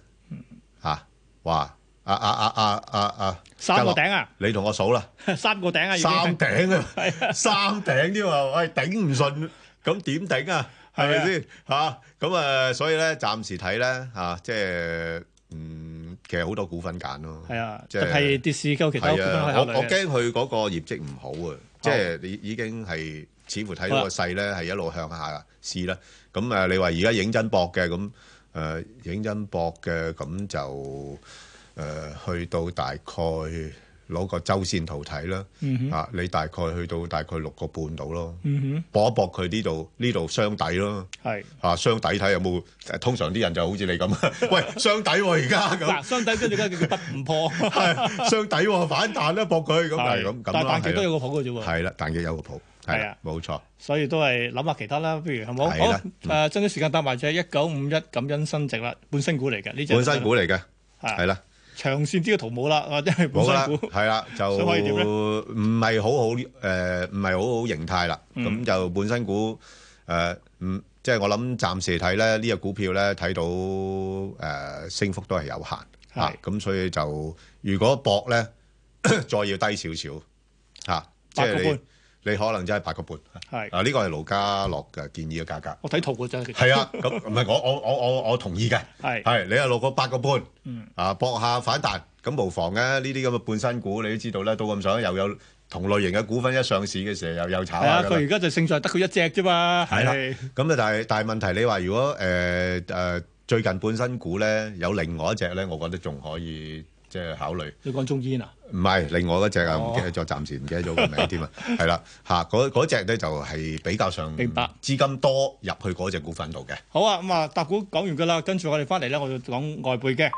嚇，哇！啊啊啊啊啊啊！
三個
家樂
頂啊！ *laughs*
你同我數啦，
三個頂啊，已經
三
*laughs*
頂啊，三頂添啊！喂，頂唔順，咁點頂啊？係咪先嚇？咁啊，所以咧，暫時睇咧嚇，即係嗯，其實好多股份揀咯。
係啊，
即
就
係
係跌市夠其他股份可以
係啊
考
我
慮嘅。
我驚佢嗰個業績唔好啊，即係你已經係似乎睇到個勢咧係一路向下試啦。咁誒，你話而家認真搏嘅咁誒，認真搏嘅咁就誒去到大概攞個周線圖睇啦。
嗯哼
啊，你大概去到大概六個半度咯，
嗯
搏一搏佢呢度呢度雙底咯。
哼，係。
啊，雙底睇有冇？通常啲人就好似你咁，啊喂，雙底喎而家咁。
嗱，相抵跟住跟住佢不唔破， *laughs*
係相抵喎，反彈啦，搏佢咁係
係
咁咁
但係
啦
彈極都有個譜嘅啫喎
係啦，彈極有個譜，係
係
啦
啊，
冇錯，
所以都係諗下其他啦，不如係冇
係
好
啦
誒，爭啲時間搭埋只一九五一感恩新值啦，半新股嚟嘅呢只
本身股嚟嘅，
係
係啦，
長線啲嘅圖冇啦，或者係本
冇啦
身，股
係啦，就
所以可以點咧
唔係好好誒，唔係好好形態啦，咁
嗯
就本身股誒，唔即係我諗暫時睇咧，呢只股票咧睇到誒升幅都係有限嚇，咁所以就如果搏咧， *coughs* 再要低少少嚇，即
八個半
係你你可能真係八個半。
係
啊！呢個係盧家樂嘅建議嘅價格。
我睇圖嘅啫，其實
係啊，咁唔係我我我我我同意嘅。
係
係你係落個八個半
嗯
啊，搏下反彈咁無妨嘅。呢啲咁嘅半新股你都知道啦，到咁上下又有同類型嘅股份一上市嘅時候又又炒
係
下
啊，
㗎
佢
啦
而家就勝在得佢一隻啫嘛，
係啦，咁啊，但係但係問題，你話如果誒誒最近半新股咧有另外一隻咧，我覺得仲可以即係考慮。
你講中煙啊？
唔係，另外嗰只啊，
哦
唔記得咗，暫時唔記得咗個名
*laughs*
添啊，係啦，嚇嗰嗰只咧就係比較上
明白
資金多入去嗰只股份度嘅。
好啊，咁啊，搭股講完㗎啦，跟住我哋翻嚟咧，我就講外匯嘅。